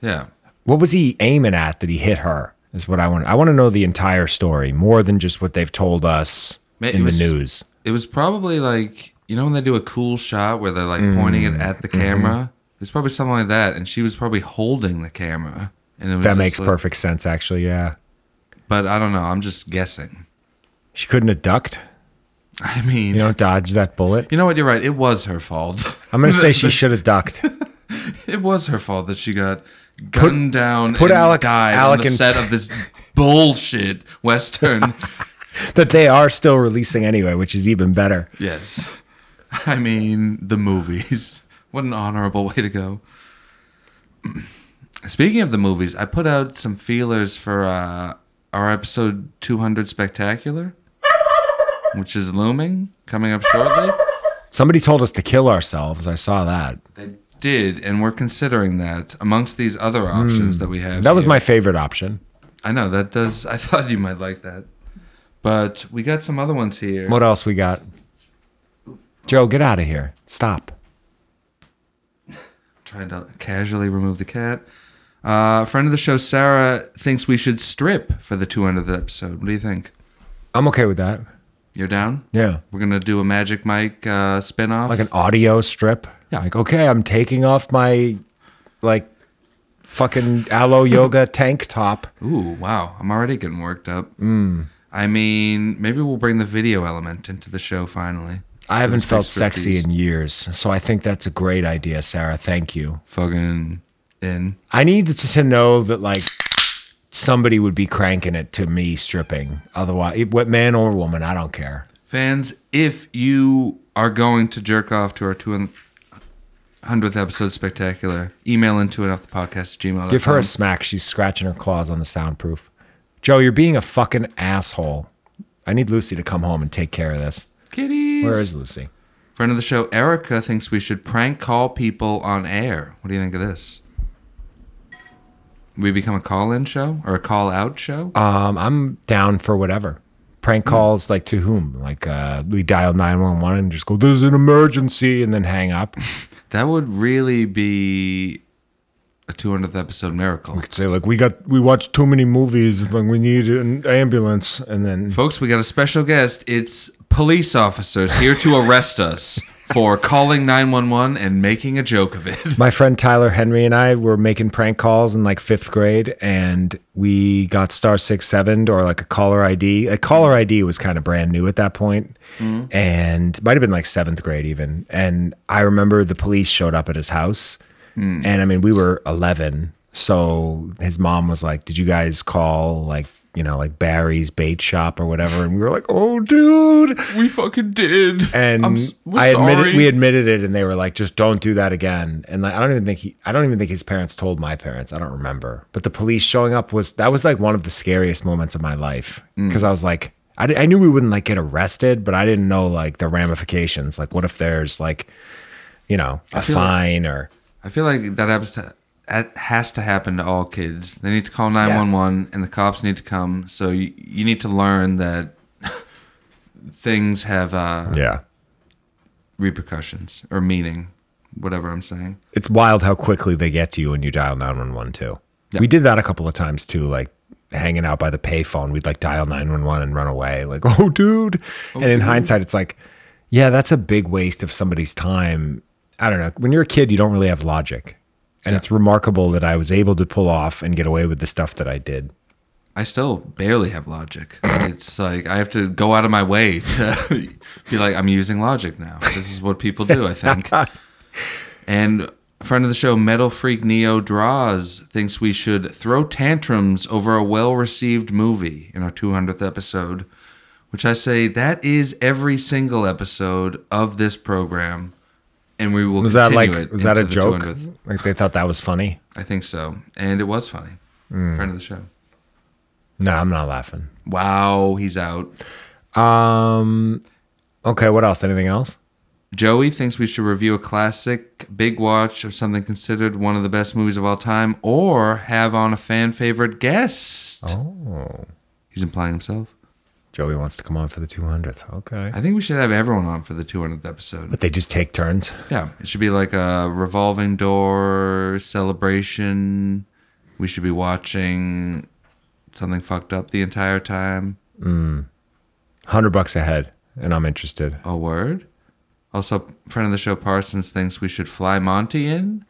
S5: Yeah.
S6: what was he aiming at that he hit her? Is what I want. I want to know the entire story more than just what they've told us
S5: Ma- it
S6: in
S5: was-
S6: the news.
S5: It was probably like you know when they do a cool shot where they're like pointing
S6: Mm,
S5: it at the
S6: mm-hmm.
S5: camera. It's probably something like that, and she was probably holding the camera. And it was
S6: That
S5: just
S6: makes
S5: like-
S6: perfect sense, actually. Yeah,
S5: But I don't know. I'm just guessing.
S6: she couldn't have ducked.
S5: I mean,
S6: You know, dodge that bullet.
S5: You know what? You're right. It was her fault.
S6: I'm gonna say she should have ducked.
S5: It was her fault that she got gunned down
S6: put
S5: and
S6: Alec-
S5: died on
S6: Alec
S5: the
S6: in-
S5: set of this bullshit western.
S6: That they are still releasing anyway, which is even better.
S5: yes. I mean, the movies. What an honorable way to go. Speaking of the movies, I put out some feelers for uh, our episode 200 spectacular, which is looming, coming up shortly.
S6: Somebody told us to kill ourselves. I saw that.
S5: They did, and we're considering that amongst these other options Hmm. that we have.
S6: That was
S5: here.
S6: my favorite option.
S5: I know that does. I thought you might like that. But we got some other ones here.
S6: What else we got? Joe, get out of here. Stop.
S5: Trying to casually remove the cat. Uh, friend of the show, Sarah, thinks we should strip for the two end of the episode. What do you think?
S6: I'm okay with that.
S5: You're down?
S6: Yeah.
S5: We're going to do a Magic Mike uh, spinoff.
S6: Like an audio strip.
S5: Yeah.
S6: Like, okay, I'm taking off my like fucking aloe yoga tank top.
S5: Ooh, wow. I'm already getting worked up.
S6: Mm.
S5: I mean, maybe we'll bring the video element into the show finally.
S6: I haven't
S5: Let's
S6: felt
S5: fix strip
S6: sexy
S5: tease.
S6: in years. So I think that's a great idea, Sarah. Thank you.
S5: Fucking in.
S6: I need to, to know that like somebody would be cranking it to me stripping. Otherwise, it- what man or woman, I don't care.
S5: Fans, if you are going to jerk off to our 200th episode spectacular, email into it off the podcast at gmail.com.
S6: Give her a smack. She's scratching her claws on the soundproof. Joe, you're being a fucking asshole. I need Lucy to come home and take care of this.
S5: kitties.
S6: Where is Lucy?
S5: Friend of the show, Erica thinks we should prank call people on air. What do you think of this? We become a call in show or a call out show?
S6: Um, I'm down for whatever. Prank calls, like to whom? Like uh, we dial 911 and just go, there's an emergency, and then hang up.
S5: that would really be a 200th episode miracle.
S6: We could say, like, we got, we watched too many movies, like, we need an ambulance. And then
S5: Folks, we got a special guest. It's police officers here to arrest us for calling 911 and making a joke of it.
S6: my friend Tyler Henry and I were making prank calls in like fifth grade, and we got star six seven or like a caller ID. A caller ID was kind of brand new at that point, and might have been like seventh grade even. And I remember the police showed up at his house, and I mean we were eleven, so his mom was like, "Did you guys call like?" You know, like Barry's bait shop or whatever, and we were like, "Oh, dude!"
S5: We fucking did.
S6: and
S5: I'm s- we're
S6: I admitted
S5: sorry.
S6: we admitted it, and they were like, "Just don't do that again." And like, I don't even think he, I don't even think his parents told my parents. I don't remember. But the police showing up was that was like one of the scariest moments of my life
S5: Mm.
S6: because I was like, I, di- I knew we wouldn't like get arrested, but I didn't know like the ramifications. Like, what if there's like, you know, a
S5: feel like-
S6: fine or
S5: I feel like that happens to that has to happen to all kids. They need to call 911 and the cops need to come. So you, you need to learn that things have uh,
S6: yeah.
S5: repercussions or meaning, whatever I'm saying.
S6: It's wild how quickly they get to you when you dial nine one one too.
S5: Yeah.
S6: We did that a couple of times too, like hanging out by the payphone. We'd like dial nine one one and run away, like oh dude. and in hindsight, it's like, yeah, that's a big waste of somebody's time. I don't know. When you're a kid, you don't really have logic, and it's remarkable that I was able to pull off and get away with the stuff that I did.
S5: I still barely have logic. It's like I have to go out of my way to be like, I'm using logic now. This is what people do, I think. and a friend of the show, Metal Freak Neo Draws, thinks we should throw tantrums over a well received movie in our 200th episode, which I say that is every single episode of this program. And we will
S6: Was that
S5: continue
S6: like
S5: it
S6: was that a
S5: into the
S6: joke?
S5: 200th.
S6: Like they thought that was funny?
S5: I think so. And it was funny.
S6: Hmm.
S5: Friend of the show.
S6: No, I'm not laughing.
S5: Wow, he's out.
S6: Um, okay. What else? Anything else?
S5: Joey thinks we should review a classic big watch of something considered one of the best movies of all time or have on a fan favorite guest.
S6: Oh.
S5: He's implying himself.
S6: Joey wants to come on for the 200th. Okay.
S5: I think we should have everyone on for the 200th episode.
S6: But they just take turns.
S5: Yeah, it should be like a revolving door celebration. We should be watching something fucked up the entire time.
S6: 100 bucks a head, and I'm interested.
S5: A word. Also, friend of the show Parsons thinks we should fly Monty in.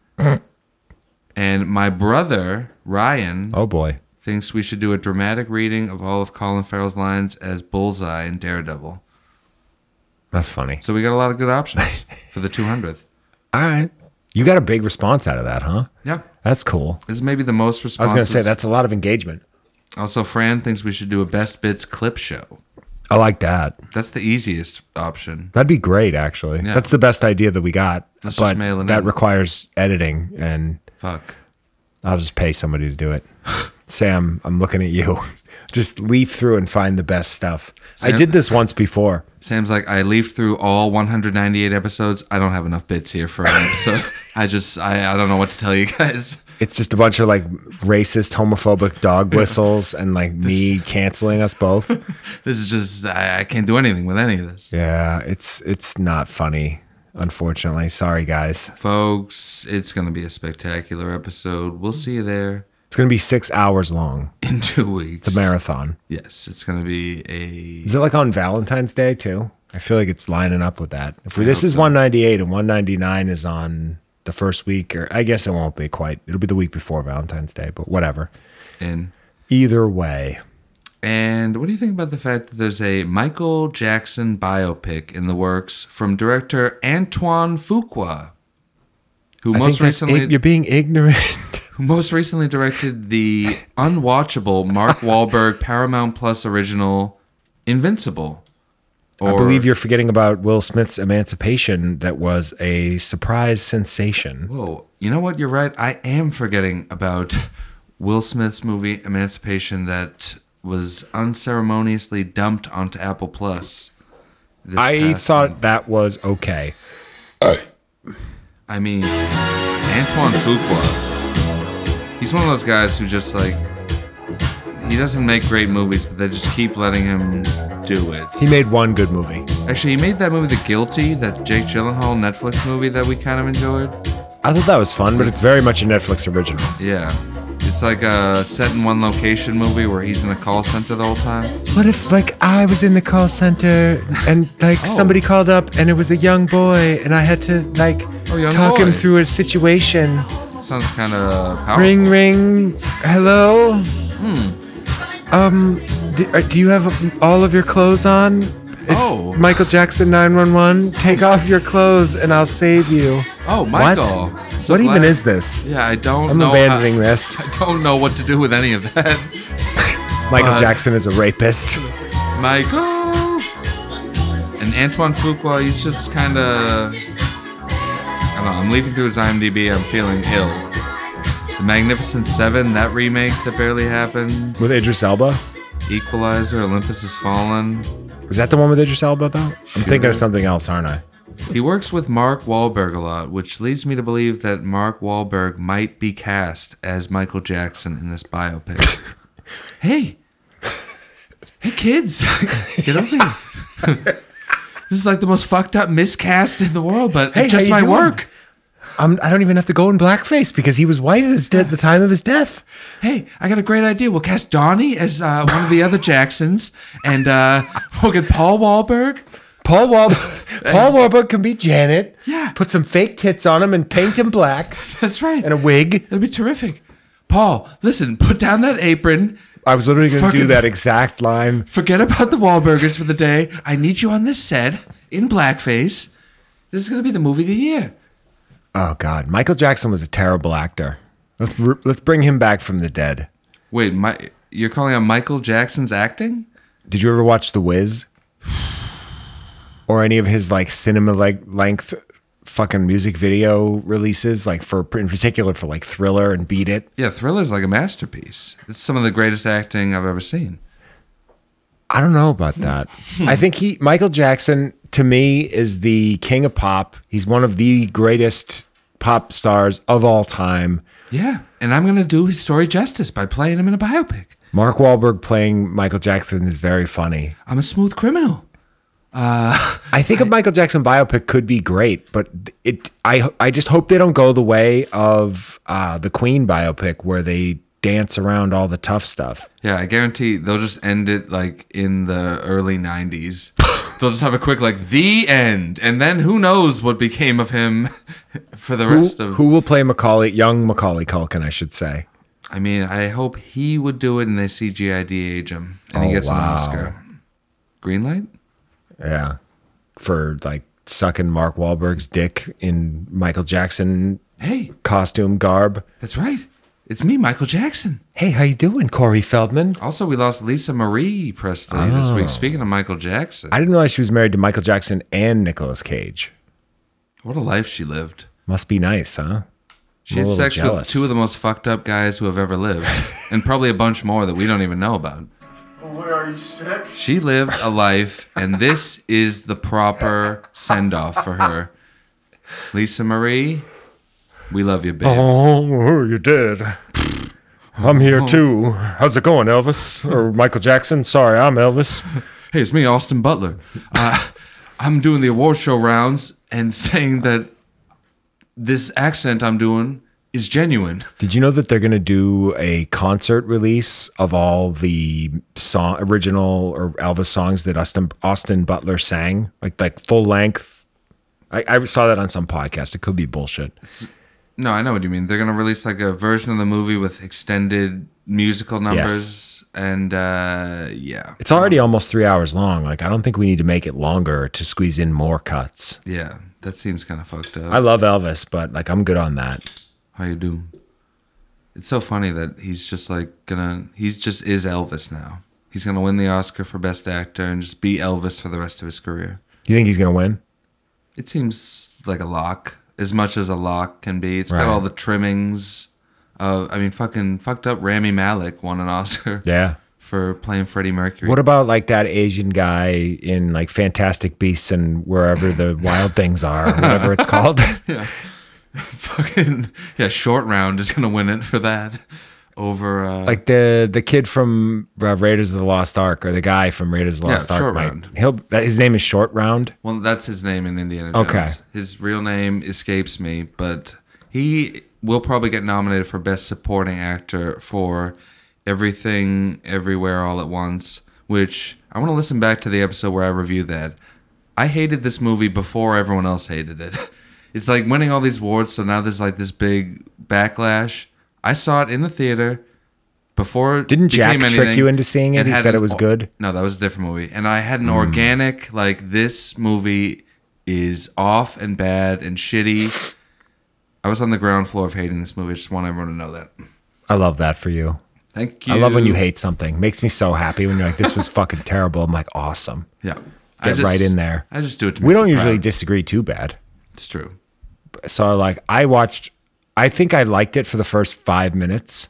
S5: and my brother, Ryan,
S6: Oh boy.
S5: thinks we should do a dramatic reading of all of Colin Farrell's lines as Bullseye in Daredevil.
S6: That's funny.
S5: So we got a lot of good options for the 200th.
S6: All right. You got a big response out of that, huh?
S5: Yeah,
S6: That's cool.
S5: this is maybe the most
S6: I was
S5: responses.
S6: going to say that's a lot of engagement.
S5: Also, Fran thinks we should do a best bits clip show.
S6: I like that.
S5: That's the easiest option.
S6: That'd be great, actually.
S5: Yeah.
S6: That's the best idea that we got.
S5: Let's
S6: but
S5: just mail it
S6: that
S5: in.
S6: requires editing, and
S5: Fuck.
S6: I'll just pay somebody to do it. Sam, I'm looking at you. Just leaf through and find the best stuff. I
S5: Sam-
S6: did this once before.
S5: Sam's like, I leafed through all 198 episodes. I don't have enough bits here for an episode. I just, I, I don't know what to tell you guys.
S6: It's just a bunch of like racist, homophobic dog whistles and like me canceling us both.
S5: This is just I, I can't do anything with any of this,
S6: Yeah, it's it's not funny, unfortunately. Sorry guys.
S5: folks. It's gonna be a spectacular episode. We'll see you there
S6: It's gonna be six hours long.
S5: in two weeks.
S6: It's a marathon.
S5: Yes, it's gonna be a.
S6: Is it like on Valentine's Day too? I feel like it's lining up with that. If we, this is 198 and 199 is on the first week, or I guess it won't be quite. It'll be the week before Valentine's Day, but whatever.
S5: in.
S6: Either way,
S5: And what do you think about the fact that there's a Michael Jackson biopic in the works from director Antoine Fuqua, who
S6: I
S5: most
S6: think that's
S5: recently
S6: ig- you're being ignorant.
S5: who most recently directed the unwatchable Mark Wahlberg Paramount Plus original Invincible.
S6: I believe you're forgetting about Will Smith's Emancipation, that was a surprise sensation.
S5: Whoa, you know what? You're right. I am forgetting about Will Smith's movie Emancipation that was unceremoniously dumped onto Apple Plus. this
S6: I
S5: past
S6: thought
S5: month.
S6: that was okay.
S5: I mean, Antoine Fuqua. He's one of those guys who just like he doesn't make great movies, but they just keep letting him do it.
S6: He made one good movie.
S5: Actually, he made that movie The Guilty, that Jake Gyllenhaal Netflix movie that we kind of enjoyed.
S6: I thought that was fun, but it's very much a Netflix original.
S5: Yeah. It's like a set in one location movie where he's in a call center the whole time.
S6: What if like I was in the call center and like somebody called up and it was a young boy and I had to like
S5: Oh, young
S6: talk him
S5: boy.
S6: through a situation.
S5: Sounds kind of powerful.
S6: Ring ring. Hello. Hmm.
S5: Hmm.
S6: Um d- uh, do you have all of your clothes on? It's
S5: Oh.
S6: Michael Jackson 911. Take off your clothes and I'll save you.
S5: Oh, Michael.
S6: What?
S5: So
S6: what even
S5: glad-
S6: is this?
S5: Yeah, I don't
S6: I'm
S5: know. how-
S6: abandoning this.
S5: I don't know what to do with any of that.
S6: Michael
S5: uh,
S6: Jackson is a rapist.
S5: Michael! And Antoine Fuqua, he's just kind of. I don't know, I'm leafing through his IMDb, I'm feeling ill. The Magnificent Seven, that remake that barely happened.
S6: With Idris Elba?
S5: Equalizer, Olympus Has Fallen.
S6: Is that the one with Idris Elba though? I'm thinking
S5: Shooter.
S6: of something else, aren't I?
S5: He works with Mark Wahlberg a lot, which leads me to believe that Mark Wahlberg might be cast as Michael Jackson in this biopic. hey, hey, kids, get over here. this is like the most fucked up miscast in the world, but
S6: Hey,
S5: it just
S6: how
S5: my
S6: you doing?
S5: work.
S6: I'm, I don't even have to go in blackface because he was white at, his de- the time of his death.
S5: Hey, I got a great idea. We'll cast Donnie as uh, one of the other Jacksons, and uh, we'll get Paul Wahlberg.
S6: Paul Wahlberg, Paul Wahlberg can be Janet.
S5: Yeah.
S6: Put some fake tits on him and paint him black
S5: That's right.
S6: and a wig.
S5: It'll be terrific. Paul, listen, put down that apron.
S6: I was literally going to do
S5: Fucking-
S6: that exact line.
S5: Forget about the Wahlburgers for the day. I need you on this set in blackface. This is going to be the movie of the year.
S6: Oh God, Michael Jackson was a terrible actor. Let's r let's bring him back from the dead.
S5: Wait, my, you're calling on Michael Jackson's acting?
S6: Did you ever watch The Wiz? Or any of his like cinema like length fucking music video releases, like for in particular for like Thriller and Beat It.
S5: Yeah, Thriller's like a masterpiece. It's some of the greatest acting I've ever seen.
S6: I don't know about that. I think he Michael Jackson to me is the king of pop. He's one of the greatest pop stars of all time.
S5: Yeah, and I'm going to do his story justice by playing him in a biopic.
S6: Mark Wahlberg playing Michael Jackson is very funny.
S5: I'm a smooth criminal.
S6: I think a Michael Jackson biopic could be great, but it I I just hope they don't go the way of uh, the Queen biopic where they dance around all the tough stuff.
S5: Yeah, I guarantee they'll just end it like in the early 90s. they'll just have a quick, like, the end. And then who knows what became of him for the
S6: Who,
S5: rest of
S6: who will play Macaulay, young Macaulay Culkin, I should say.
S5: I mean, I hope he would do it and they CGI de-age him and he
S6: Oh,
S5: gets an
S6: wow.
S5: Oscar. Green light?
S6: Yeah. For like sucking Mark Wahlberg's dick in Michael Jackson
S5: Hey,
S6: costume garb.
S5: that's right. It's me, Michael Jackson.
S6: Hey, how you doing, Corey Feldman?
S5: Also, we lost Lisa Marie Presley this week. Speaking of Michael Jackson,
S6: Oh. I didn't realize she was married to Michael Jackson and Nicolas Cage.
S5: what a life she lived.
S6: Must be nice, huh?
S5: She had
S6: I'm a little
S5: sex
S6: jealous.
S5: with two of the most fucked up guys who have ever lived, and probably a bunch more that we don't even know about.
S2: What are you, sick?
S5: She lived a life, and this is the proper send off for her. Lisa Marie, We love you, babe.
S6: Oh, you did. I'm here too. How's it going, Elvis? Or Michael Jackson? Sorry, I'm Elvis.
S5: Hey, it's me, Austin Butler. Uh, I'm doing the award show rounds and saying that this accent I'm doing is genuine.
S6: Did you know that they're going to do a concert release of all the song original or Elvis songs that Austin Austin Butler sang, like like full length? I, I saw that on some podcast. It could be bullshit.
S5: No, I know what you mean. They're gonna release like a version of the movie with extended musical numbers and uh, yeah,
S6: It's already almost three hours long. Like I don't think we need to make it longer to squeeze in more cuts.
S5: yeah. That seems kind of fucked up.
S6: I love Elvis, but like I'm good on that.
S5: How you doing? It's so funny that he's just like gonna. He's just is Elvis now. He's gonna win the Oscar for Best Actor and just be Elvis for the rest of his career.
S6: You think he's gonna win?
S5: It seems like a lock, as much as a lock can be. It's
S6: Right.
S5: got all the trimmings. Of, I mean, fucking fucked up. Rami Malek won an Oscar
S6: Yeah.
S5: for playing Freddie Mercury.
S6: What about like that Asian guy in like Fantastic Beasts and wherever the wild things are, or whatever it's called?
S5: fucking yeah, short round is gonna win it for that over uh,
S6: like the the kid from uh, Raiders of the Lost Ark, or the guy from Raiders of the
S5: Yeah,
S6: Lost Ark.
S5: Short
S6: might-
S5: Round.
S6: He'll that, his name is Short Round.
S5: Well, that's his name in Indiana Jones.
S6: Okay.
S5: His real name escapes me, but he will probably get nominated for Best Supporting Actor for Everything, Everywhere, All at Once, which I want to listen back to the episode where I reviewed that. I hated this movie before everyone else hated it. It's like winning all these awards, so now there's like this big backlash. I saw it in the theater before. it
S6: Didn't Jack
S5: became
S6: trick
S5: anything,
S6: you into seeing it?
S5: and
S6: He
S5: had
S6: said
S5: an-
S6: it was good? Hmm.
S5: no, that was a different movie. And I had an organic like this movie is off and bad and shitty. I was on the ground floor of hating this movie. I just want everyone to know that.
S6: I love that for you.
S5: Thank you.
S6: I love when you hate something. Makes me so happy when you're like, "This was fucking terrible." I'm like, "Awesome."
S5: Yeah. I
S6: Get
S5: just-
S6: right in there.
S5: I just do it. To
S6: We
S5: make
S6: don't
S5: you
S6: usually
S5: proud.
S6: disagree too bad.
S5: It's true.
S6: so like I watched I think I liked it for the first 5 minutes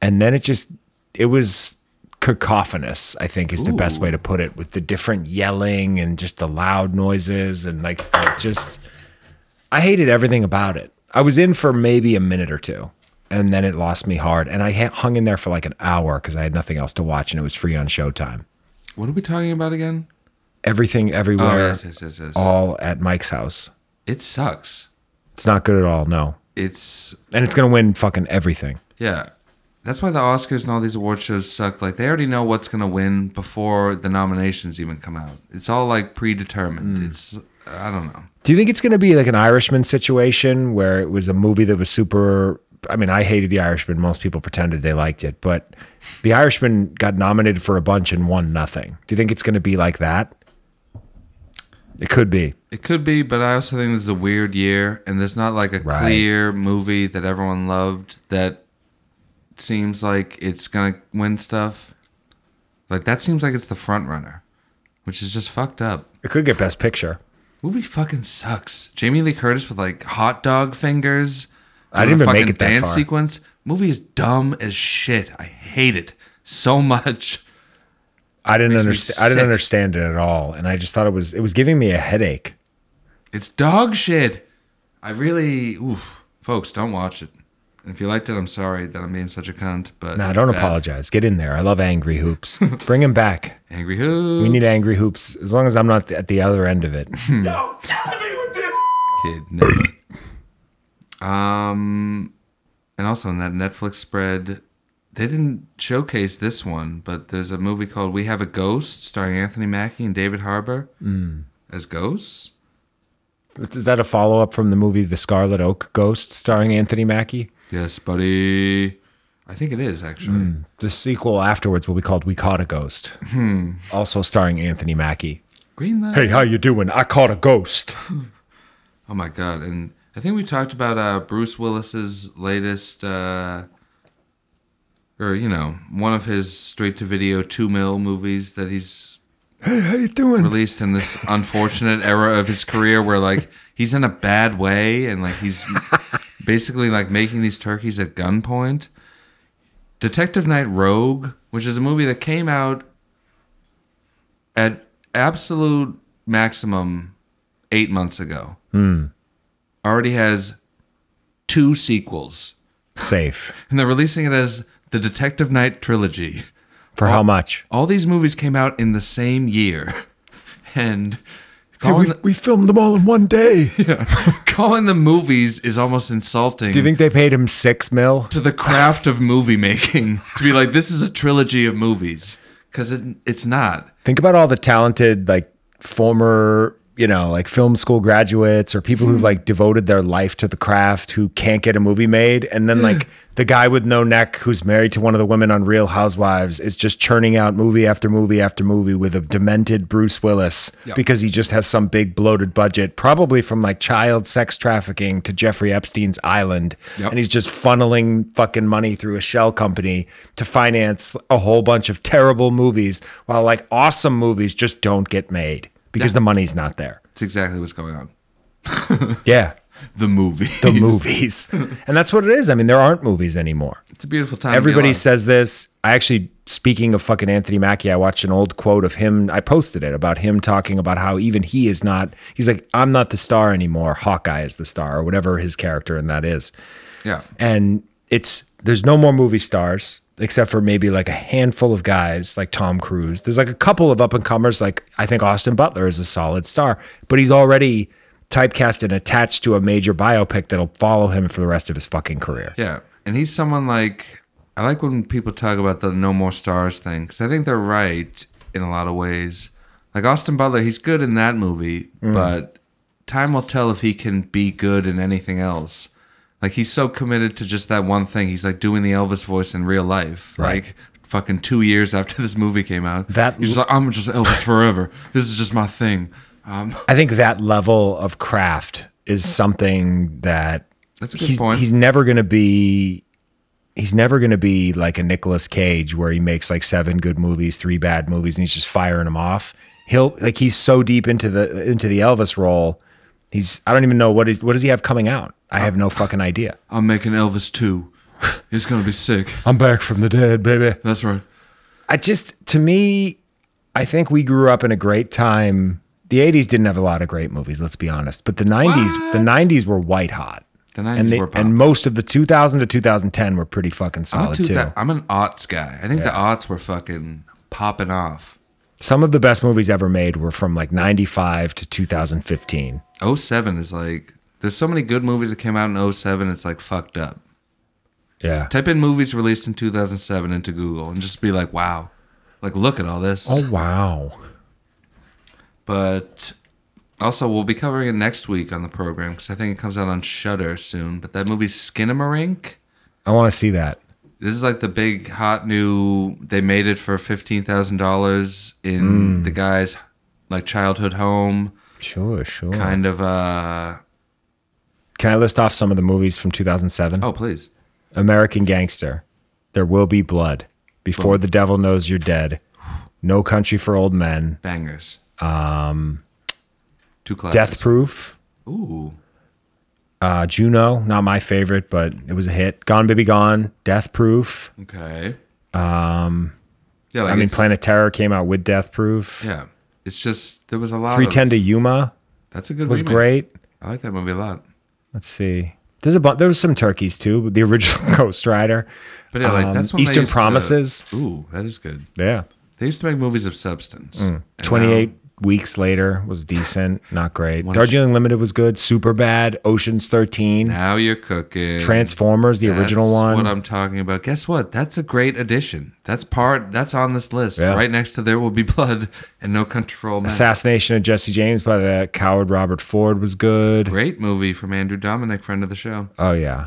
S6: and then it just it was cacophonous I think is the best way to put it with the different yelling and just the loud noises and like it just I hated everything about it. I was in for maybe a minute or two and then it lost me hard and I ha- hung in there for like an hour cuz I had nothing else to watch and it was free on Showtime.
S5: What are we talking about again?
S6: Everything
S5: Oh,
S6: everywhere
S5: yes, yes, yes, yes.
S6: all at Mike's house.
S5: It sucks.
S6: It's not good at all, no.
S5: It's
S6: And it's going to win fucking everything.
S5: Yeah. That's why the Oscars and all these award shows suck. Like they already know what's gonna win before the nominations even come out. It's all like predetermined. It's I don't know.
S6: Do you think it's going to be like an Irishman situation where it was a movie that was super? I mean, I hated The Irishman. Most people pretended they liked it, but The Irishman got nominated for a bunch and won nothing. Do you think it's going to be like that? It could be.
S5: It could be, but I also think this is a weird year, and there's not like a
S6: Right.
S5: clear movie that everyone loved that seems like it's gonna win stuff. Like that seems like it's the front runner, which is just fucked up.
S6: It could get Best Picture.
S5: Movie fucking sucks. Jamie Lee Curtis with like hot dog fingers.
S6: I didn't
S5: doing a
S6: even make
S5: fucking
S6: it that
S5: dance
S6: far.
S5: sequence. Movie is dumb as shit. I hate it so much.
S6: I didn't
S5: Makes me
S6: understand. I didn't
S5: sick.
S6: understand it at all, and I just thought it was it was giving me a headache.
S5: It's dog shit. I really, oof, folks, don't watch it. And if you liked it, I'm sorry that I'm being such a cunt. But
S6: Nah,
S5: it's
S6: don't
S5: bad.
S6: apologize. Get in there. I love Angry Hoops. Bring him back.
S5: Angry Hoops.
S6: We need Angry Hoops as long as I'm not at the other end of it.
S2: Yo, tell me what this
S5: kid. never. um, and also in that Netflix spread, they didn't showcase this one, but there's a movie called We Have a Ghost starring Anthony Mackie and David Harbour as ghosts.
S6: Is that a follow up from the movie The Scarlet Oak Ghost starring Anthony Mackie?
S5: Yes, buddy. I think it is actually.
S6: The sequel afterwards will be called We Caught a Ghost, also starring Anthony Mackie.
S5: Green Light.
S6: Hey, how you doing? I caught a ghost.
S5: Oh my god! And I think we talked about uh, Bruce Willis's latest, uh, or you know, one of his straight-to-video two mil movies that he's
S6: How you doing?
S5: released in this unfortunate era of his career where like he's in a bad way and like he's basically like making these turkeys at gunpoint. Detective Night Rogue, which is a movie that came out at absolute maximum eight months ago, already has two sequels,
S6: Safe.
S5: and they're releasing it as the Detective Knight trilogy.
S6: For how much?
S5: All these movies came out in the same year, and calling, the-
S6: we filmed them all in one day.
S5: calling them movies is almost insulting.
S6: Do you think they paid him six mil?
S5: to the craft of movie making to be like this is a trilogy of movies because it, it's not.
S6: Think about all the talented, like former, you know, like film school graduates or people who've like devoted their life to the craft who can't get a movie made. And then like the guy with no neck who's married to one of the women on Real Housewives is just churning out movie after movie after movie with a demented Bruce Willis
S5: Yeah.
S6: because he just has some big bloated budget, probably from like child sex trafficking to Jeffrey Epstein's island.
S5: Yep.
S6: And he's just funneling fucking money through a shell company to finance a whole bunch of terrible movies while like awesome movies just don't get made because the money's not there.
S5: It's exactly what's going on.
S6: Yeah.
S5: The movie.
S6: The movies. and that's what it is. I mean, there aren't movies anymore.
S5: It's a beautiful time. to be
S6: Everybody
S5: alive.
S6: says this. I actually, speaking of fucking Anthony Mackie, I watched an old quote of him. I posted it about him talking about how even he is not, he's like, I'm not the star anymore. Hawkeye is the star or whatever his character and that is.
S5: Yeah.
S6: and it's there's no more movie stars except for maybe like a handful of guys like Tom Cruise. There's like a couple of up and comers like I think Austin Butler is a solid star, but he's already typecast and attached to a major biopic that'll follow him for the rest of his fucking career.
S5: Yeah. And he's someone like I like when people talk about the no more stars thing cuz I think they're right in a lot of ways. Like Austin Butler, he's good in that movie,
S6: Mm.
S5: but time will tell if he can be good in anything else. Like he's so committed to just that one thing. He's like doing the Elvis voice in real life.
S6: Right.
S5: Like fucking 2 years after this movie came out.
S6: That-
S5: he's just like I'm just Elvis forever. This is just my thing. Um
S6: I think that level of craft is something that
S5: That's a good
S6: he's,
S5: point.
S6: he's never going to be. He's never going to be like a Nicolas Cage where he makes like seven good movies, three bad movies, and he's just firing them off. He'll like he's so deep into the into the Elvis role. He's I don't even know what he's what does he have coming out. I have no fucking idea.
S5: I'm making Elvis 2. It's going to be sick.
S6: I'm back from the dead, baby.
S5: That's right.
S6: I just to me, I think we grew up in a great time. The '80s didn't have a lot of great movies. Let's be honest, but the '90s, the '90s were white hot.
S5: The 90s
S6: and, they-
S5: were pop.
S6: and most of the 2000 to 2010 were pretty fucking
S5: I'm, a
S6: solid
S5: two
S6: too.
S5: thou- I'm an aughts guy. I think the aughts were fucking popping off.
S6: Some of the best movies ever made were from like 95 to 2015.
S5: 07 is like, there's so many good movies that came out in 07, it's like fucked up.
S6: Yeah.
S5: Type in movies released in 2007 into Google and just be like, wow. Like, look at all this.
S6: Oh wow.
S5: But also, we'll be covering it next week on the program because I think it comes out on Shudder soon. But that movie, Skinamarink,
S6: I want to see that.
S5: this is like the big hot new they made it for $15,000 in
S6: Mm.
S5: the guy's like childhood home
S6: Sure, sure.
S5: kind of uh
S6: Can I list off some of the movies from 2007?
S5: oh please
S6: American Gangster, There Will Be Blood, Before the Devil Knows You're Dead, No Country for Old Men,
S5: bangers um two classes
S6: Death Proof,
S5: ooh
S6: uh, Juno, not my favorite, but it was a hit. Gone Baby Gone, Death Proof.
S5: okay um yeah like
S6: Um, I mean,
S5: it's-
S6: Planet Terror came out with Death Proof.
S5: yeah it's just there was a lot
S6: Three
S5: of
S6: Ten to Yuma
S5: that's a good
S6: was
S5: remake.
S6: great.
S5: i like that movie a lot
S6: Let's see. There's a bu- there was some turkeys too. but The original Ghost Rider.
S5: but yeah like
S6: Um,
S5: that's when they
S6: Eastern
S5: used to-
S6: Promises.
S5: ooh that is good
S6: Yeah.
S5: they used to make movies of substance
S6: Mm.
S5: And now-
S6: 28 weeks later was decent, not great.
S5: One-
S6: Darjeeling Limited was good. Super bad. Ocean's 13.
S5: now you're cooking
S6: Transformers, the original
S5: That's
S6: one.
S5: What I'm talking about. Guess what? That's a great addition. That's part. That's on this list,
S6: Yeah.
S5: right next to "There Will Be Blood" and "No Country for Old Men."
S6: Assassination of Jesse James by the coward Robert Ford was good.
S5: Great movie from Andrew Dominic, friend of the show.
S6: Oh yeah.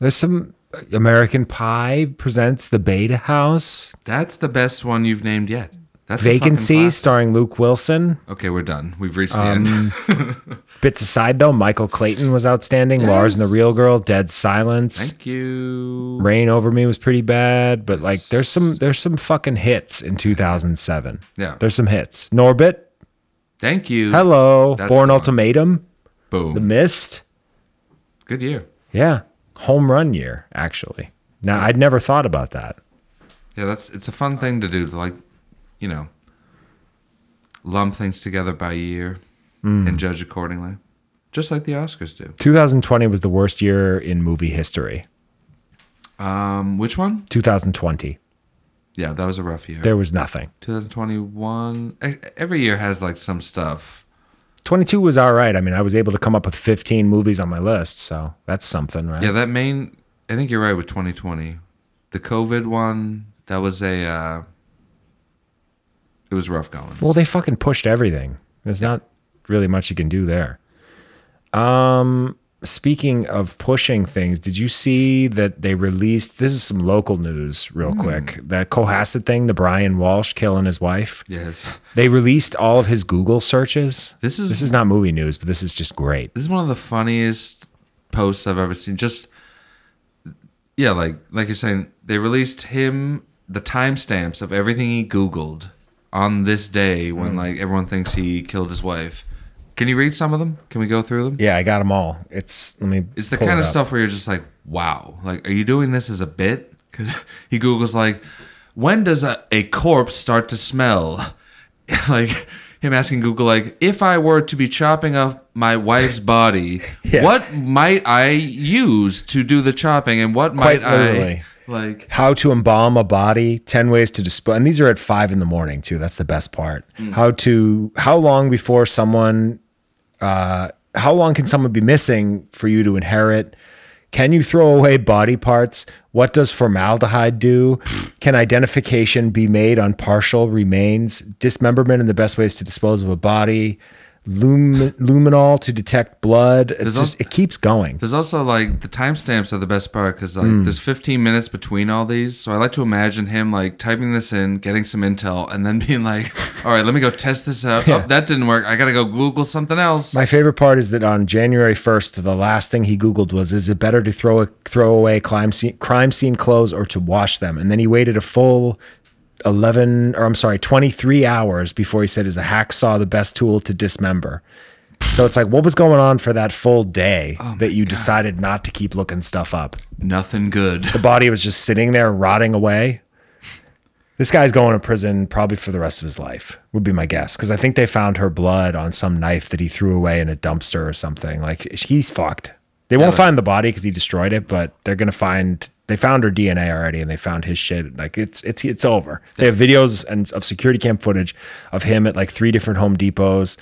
S6: There's some uh, American Pie presents The Beta House.
S5: That's the best one you've named yet. That's a fucking
S6: Vacancy
S5: classic.
S6: starring Luke Wilson.
S5: Okay, we're done. We've reached the
S6: Um,
S5: end.
S6: Bits aside though, Michael Clayton was outstanding. Lars and the
S5: Yes.
S6: Real Girl, Dead Silence.
S5: Thank you.
S6: Rain over me was pretty bad, but like there's some there's some fucking hits in 2007.
S5: Yeah.
S6: There's some hits. Norbit,
S5: Thank you.
S6: Hello,
S5: That's
S6: Born
S5: the one.
S6: Ultimatum, The
S5: Boom.
S6: Mist.
S5: Good year.
S6: Yeah. Home run year actually. Now I'd never thought about that.
S5: Yeah, that's it's a fun thing to do. To like, you know,
S6: Mm.
S5: lump things together by year and judge accordingly. just like the Oscars do.
S6: 2020 was the worst year in movie history.
S5: Um, which one?
S6: 2020.
S5: Yeah, that was a rough year.
S6: There was nothing.
S5: 2021. E- Every year has like some stuff.
S6: 22 was all right. I mean, I was able to come up with 15 movies on my list, so that's something, right?
S5: Yeah, that main. I think you're right with 2020. The COVID one. That was a. Uh, it was rough going.
S6: Well, they fucking pushed everything. There's not really much you can do there. Um, speaking of pushing things, did you see that they released? This is some local news, real
S5: Hmm.
S6: quick. That Cohasset thing, the Brian Walsh killing his wife.
S5: yes.
S6: They released all of his Google searches.
S5: This is-
S6: this is not movie news, but this is just great.
S5: This is one of the funniest posts I've ever seen. Just yeah, like like you're saying, they released him the timestamps of everything he Googled on this day when like everyone thinks he killed his wife. Can you read some of them? Can we go through them?
S6: Yeah, I got them all. It's let me.
S5: It's the
S6: pull
S5: kind
S6: it
S5: of
S6: up.
S5: stuff where you're just like, wow, like, are you doing this as a bit? Because he Googles, like, when does a, a corpse start to smell? like, him asking Google, like, if I were to be chopping up my wife's body,
S6: Yeah.
S5: what might I use to do the chopping? And what
S6: Quite
S5: might
S6: literally.
S5: I, like,
S6: How to embalm a body, 10 ways to dispose. And these are at five in the morning, too. That's the best part.
S5: Mm.
S6: How to, how long before someone, uh, how long can someone be missing for you to inherit? Can you throw away body parts? What does formaldehyde do? Can identification be made on partial remains? Dismemberment and the best ways to dispose of a body. Lum- luminol to detect blood. It's
S5: There's
S6: just,
S5: al-
S6: it keeps going.
S5: there's also like the timestamps are the best part because like
S6: Hmm.
S5: there's 15 minutes between all these. So I like to imagine him like typing this in, getting some intel, and then being like, "All right, let me go test this out. Oh, that didn't work. I gotta go Google something else."
S6: My favorite part is that on January 1st, the last thing he Googled was, is it better to throw, a, throw away crime scene, crime scene clothes or to wash them? And then he waited a full 11, or I'm sorry, 23 hours before he said, is a hacksaw the best tool to dismember? So it's like, what was going on for that full day that you decided not to keep looking stuff up?
S5: Nothing good.
S6: The body was just sitting there rotting away. This guy's going to prison probably for the rest of his life, would be my guess. Because I think they found her blood on some knife that he threw away in a dumpster or something. Like, he's fucked. They won't find the body because he destroyed it, but they're gonna find. They found her DNA already, and they found his shit. Like it's it's it's over. They have videos and of security cam footage of him at like three different Home Depots,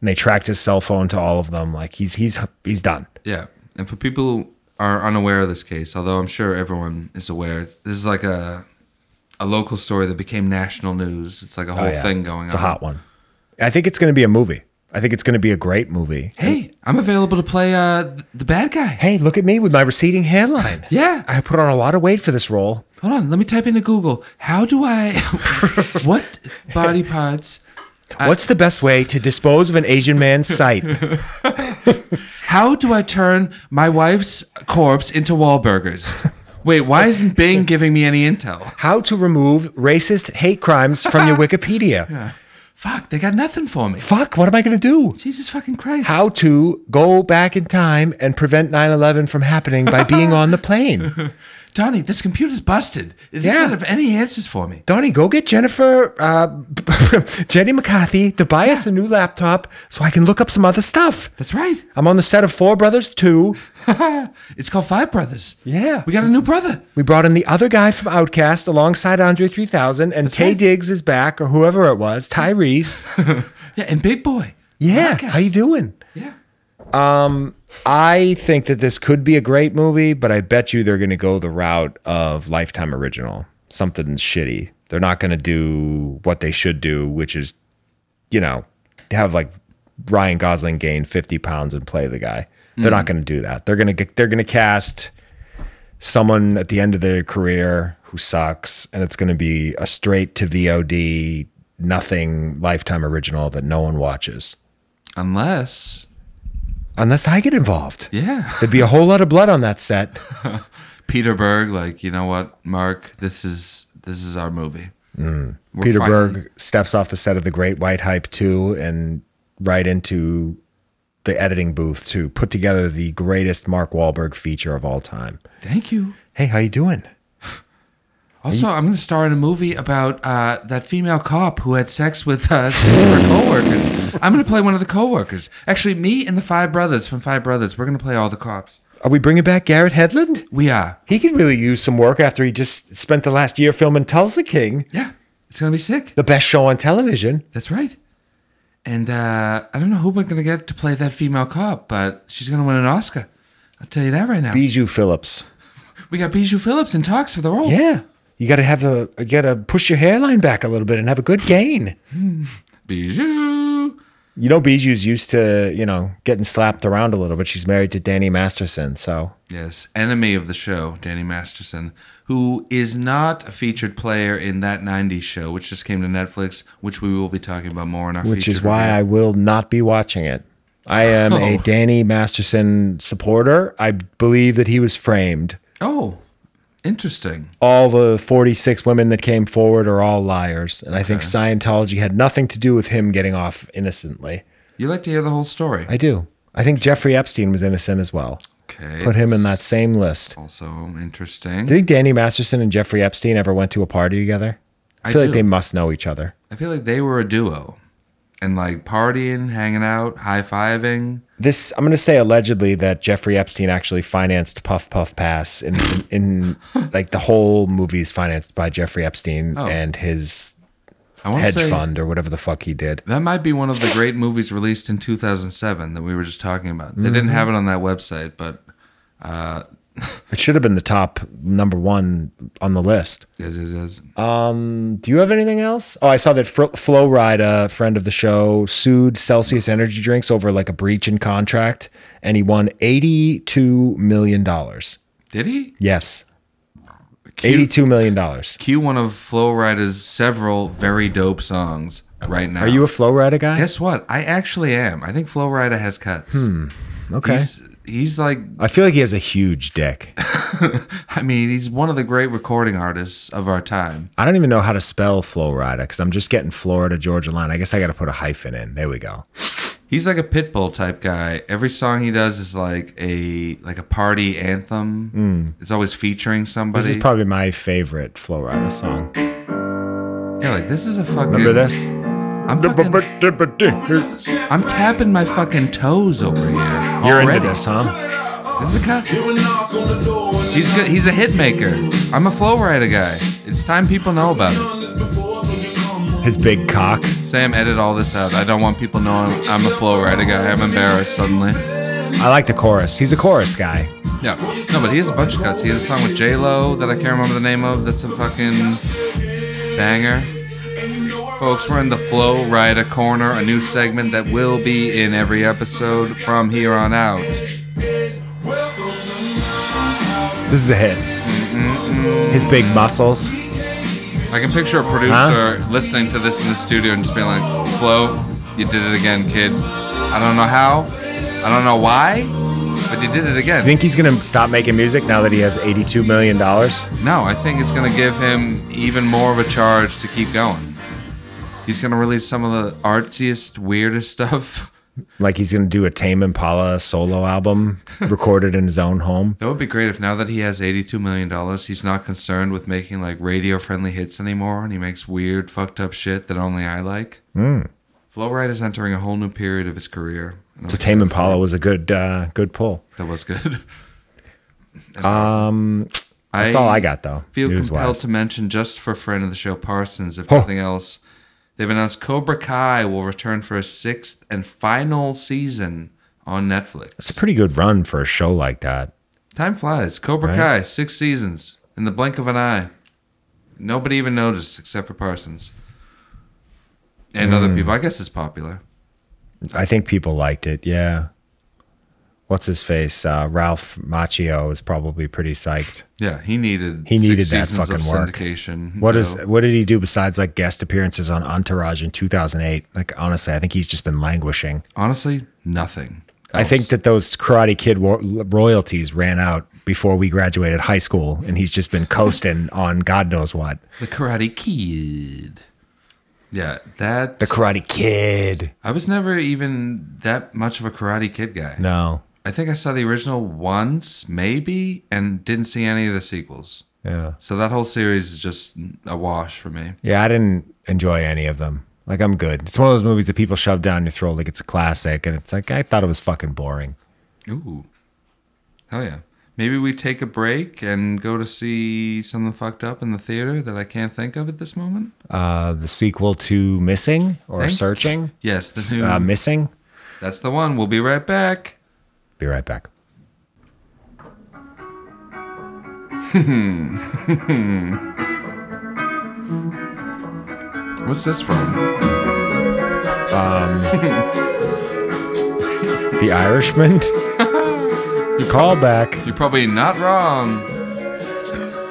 S6: and they tracked his cell phone to all of them. Like he's he's he's done.
S5: Yeah. And for people who are unaware of this case, although I'm sure everyone is aware, this is like a a local story that became national news. It's like a whole
S6: Oh, yeah.
S5: thing going
S6: It's a
S5: on.
S6: hot one. I think it's going to be a movie. I think it's going to be a great movie.
S5: Hey, I'm available to play uh th- the bad guy.
S6: Hey, look at me with my receding hairline.
S5: Yeah.
S6: I put on a lot of weight for this role.
S5: Hold on, let me type into Google. How do I what body parts
S6: What's the best way to dispose of an Asian man's sight?
S5: how do I turn my wife's corpse into Wahlburgers? Wait, why isn't Bing giving me any intel?
S6: How to remove racist hate crimes from your Wikipedia?
S5: Fuck, they got nothing for me.
S6: Fuck, what am I going to do?
S5: Jesus fucking Christ.
S6: How to go back in time and prevent 9 11 from happening by being on the plane?
S5: Donnie, this computer's busted. It
S6: Yeah.
S5: doesn't have any answers for me.
S6: Donnie, go get Jennifer, uh, Jenny McCarthy to buy us a new laptop so I can look up some other stuff.
S5: That's right.
S6: I'm on the set of Four Brothers 2.
S5: It's called Five Brothers.
S6: Yeah.
S5: We got a new brother.
S6: We brought in the other guy from Outcast alongside Andre 3000, and Tay
S5: right.
S6: Diggs is back, or whoever it was, Tyrese.
S5: Yeah, and Big Boy.
S6: Yeah,
S5: Podcast.
S6: how you doing?
S5: Yeah.
S6: I think that this could be a great movie, but I bet you they're going to go the route of Lifetime Original, something shitty. They're not going to do what they should do, which is, you know, have like Ryan Gosling gain 50 pounds and play the guy. They're not going to do that. They're going to they're going to cast someone at the end of their career who sucks, and it's going to be a straight to VOD, nothing Lifetime Original that no one watches,
S5: Unless,
S6: unless I get involved.
S5: yeah,
S6: There'd be a whole lot of blood on that set.
S5: Peter Berg, like, you know what, Mark, this is this is our movie. We're
S6: Peter
S5: finally-
S6: Berg steps off the set of The Great White Hype 2 and right into the editing booth to put together the greatest Mark Wahlberg feature of all time.
S5: Thank you.
S6: Hey, how you doing?
S5: Also, I'm going to star in a movie about uh, that female cop who had sex with uh, six of her coworkers. I'm going to play one of the coworkers. Actually, me and the five brothers from Five Brothers, we're going to play all the cops.
S6: Are we bringing back Garrett Hedlund?
S5: We are.
S6: He could really use some work after he just spent the last year filming Tulsa King,
S5: Yeah, it's going to be sick.
S6: the best show on television.
S5: That's right. And uh, I don't know who we're going to get to play that female cop, but she's going to win an Oscar. I'll tell you that right now.
S6: Bijou Phillips.
S5: we got Bijou Phillips in talks for the role.
S6: Yeah. You got to have the, you got to push your hairline back a little bit and have a good gain.
S5: Bijou.
S6: You know, Bijou's used to, you know, getting slapped around a little, but she's married to Danny Masterson. So
S5: Yes, enemy of the show, Danny Masterson, who is not a featured player in that 90s show, which just came to Netflix, which we will be talking about more in our
S6: which is
S5: feature
S6: why I
S5: review.
S6: will not be watching it. I am a
S5: Oh.
S6: Danny Masterson supporter. I believe that he was framed.
S5: Oh, interesting.
S6: All the 46 women that came forward are all liars. And I think Scientology had nothing to do with him getting off innocently.
S5: You like to hear the whole story.
S6: I do. I think Jeffrey Epstein was innocent as well.
S5: okay.
S6: Put him in that
S5: that's
S6: same list.
S5: Also interesting.
S6: Do you think Danny Masterson and Jeffrey Epstein ever went to a party together? I
S5: I
S6: feel
S5: do.
S6: like they must know each other.
S5: I feel like they were a duo and like partying, hanging out, high fiving.
S6: This I'm going to say allegedly that Jeffrey Epstein actually financed Puff Puff Pass in in like the whole movie is financed by Jeffrey Epstein
S5: Oh.
S6: and his
S5: I want to
S6: hedge
S5: say
S6: fund or whatever the fuck he did.
S5: that might be one of the great movies released in 2007 that we were just talking about.
S6: Mm-hmm.
S5: They didn't have it on that website, but
S6: It should have been the top number 1 on the list.
S5: yes, yes, yes.
S6: Uh, Do you have anything else? Oh, I saw that Fro- Flo Rida, a friend of the show, sued Celsius Energy Drinks over like a breach in contract and he won 82 million dollars.
S5: Did he?
S6: Yes.
S5: Cute.
S6: 82 million dollars.
S5: Cue one of Flow Rida's several very dope songs right now.
S6: Are you a Flow Rida guy?
S5: Guess what? I actually am. I think Flow Rida has cuts.
S6: Hmm, Okay.
S5: He's, he's like,
S6: I feel like he has a huge dick.
S5: I mean, he's one of the great recording artists of our time.
S6: I don't even know how to spell Florida because I'm just getting Florida Georgia line. I guess I got to put a hyphen in. There we go.
S5: He's like a pitbull type guy. Every song he does is like a like a party anthem. It's always featuring somebody.
S6: Hmm. This is probably my favorite Florida song.
S5: yeah, like this is a fucking.
S6: Remember this?
S5: I'm fucking, I'm tapping my fucking toes over here.
S6: You're
S5: already.
S6: into this, huh?
S5: This is a cut. He's good. He's a hit maker. I'm a flow rider guy. It's time people know about it.
S6: His big cock.
S5: Sam, edit all this out. I don't want people knowing I'm a flow rider guy. I'm embarrassed suddenly.
S6: I like the chorus. He's a chorus guy.
S5: Yeah. No, but he has a bunch of cuts. He has a song with J Lo that I can't remember the name of. That's a fucking banger. Folks, we're in the flow rider corner, a new segment that will be in every episode from here on out.
S6: This is a hit. His big muscles.
S5: I can picture a producer listening to this in the studio and just being like, Flo, you did it again, kid. I don't know how. I don't know why, but you did it again.
S6: You think he's gonna stop making music now that he has 82 million dollars?
S5: no, I think it's going to give him even more of a charge to keep going. He's going to release some of the artsiest, weirdest stuff.
S6: Like he's gonna do a Tame Impala solo album recorded in his own home?
S5: That would be great if now that he has $82 million, he's not concerned with making like radio friendly hits anymore and he makes weird, fucked up shit that only I like.
S6: Hmm.
S5: Flo Rida is entering a whole new period of his career. and I'm
S6: So Tame
S5: excited for
S6: Impala was a good uh, good pull.
S5: That was good.
S6: Um, that's all I got though.
S5: Feel
S6: news-wise.
S5: compelled to mention just for friend of the show Parsons, if
S6: Huh.
S5: nothing else, they've announced Cobra Kai will return for a sixth and final season on
S6: It's a
S5: Netflix.
S6: pretty good run for a show like that.
S5: Time flies. Cobra
S6: Right.
S5: Kai, six seasons in the blink of an eye. Nobody even noticed except for Parsons and
S6: Hmm.
S5: other people. I guess it's popular.
S6: I think people liked it. Yeah. What's his face? Uh, Ralph Macchio is probably pretty psyched.
S5: Yeah, he needed
S6: He needed that
S5: seasons
S6: fucking work.
S5: syndication.
S6: What is
S5: No.
S6: what did he do besides like guest appearances on Entourage in 2008? Like honestly, I think he's just been languishing.
S5: honestly nothing.
S6: I think
S5: else.
S6: that those Karate Kid wo- royalties ran out before we graduated high school, and he's just been coasting on God knows what.
S5: The Karate Kid. Yeah, that.
S6: The Karate Kid.
S5: I was never even that much of a Karate Kid guy.
S6: No,
S5: I think I saw the original once, maybe, and didn't see any of the sequels.
S6: Yeah.
S5: So that whole series is just a wash for me.
S6: Yeah, I didn't enjoy any of them. Like I'm good. It's one of those movies that people shove down your throat like it's a classic, and it's like I thought it was fucking boring.
S5: Ooh. Hell yeah. Maybe we take a break and go to see something fucked up in the theater that I can't think of at this moment.
S6: Uh, the sequel to Missing or
S5: Thank-
S6: Searching,
S5: Yes, the new.
S6: uh, Missing.
S5: that's the one. We'll be right back.
S6: Be right back.
S5: What's this from?
S6: The Irishman. the callback.
S5: You're probably not wrong.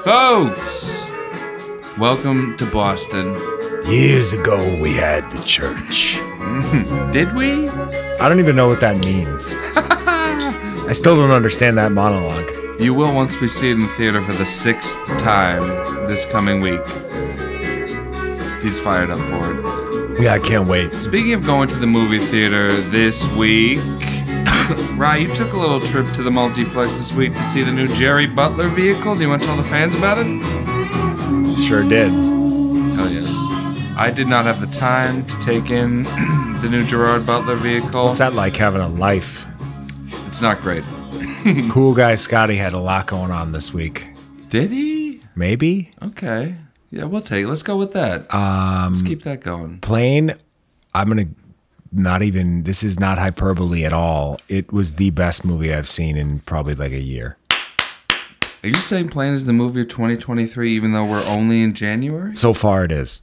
S5: Folks, welcome to Boston.
S6: Years ago, we had the church.
S5: Did we?
S6: I don't even know what that means. I still don't understand that monologue.
S5: You will once we see it in the theater for the sixth time this coming week. He's fired up for it.
S6: Yeah, I can't wait.
S5: Speaking of going to the movie theater this week, Rye, you took a little trip to the multiplex this week to see the new Jerry Butler vehicle. Do you want to tell the fans about it?
S6: Sure did.
S5: Hell yes. I did not have the time to take in the new Gerard Butler vehicle.
S6: What's that like having a life?
S5: It's not great.
S6: Cool guy Scotty had a lot going on this week.
S5: Did he?
S6: Maybe
S5: Okay. Yeah, we'll take it. Let's go with that.
S6: um,
S5: Let's keep that going.
S6: plane. I'm gonna not even. This is not hyperbole at all. It was the best movie I've seen in probably like a year.
S5: Are you saying Plane is the movie of 2023 even though we're only in January?
S6: So far, it is.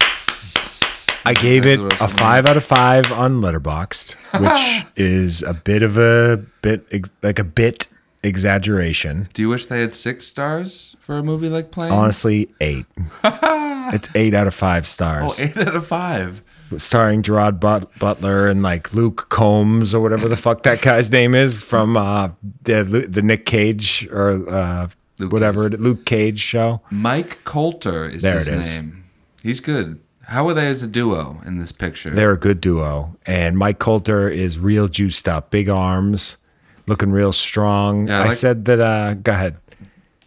S5: Yes.
S6: I gave
S5: That's
S6: it
S5: what I
S6: a
S5: was
S6: five out of five on Letterboxd, which is a bit of a bit ex- like a bit exaggeration.
S5: Do you wish they had six stars for a movie like Plane?
S6: Honestly, eight. it's eight out of five
S5: Oh,
S6: stars.
S5: eight out of five.
S6: starring Gerard But- Butler and like Luke Combs or whatever the fuck that guy's name is from uh, the Lu- the Nick Cage or uh,
S5: Luke
S6: whatever it- Luke Cage show.
S5: Mike Coulter is
S6: There
S5: his
S6: it is.
S5: name. He's good. How are they as a duo in this picture?
S6: They're a good duo, and Mike Coulter is real juiced up, big arms, looking real strong.
S5: Yeah, I
S6: I
S5: like-
S6: said that. Uh, go ahead.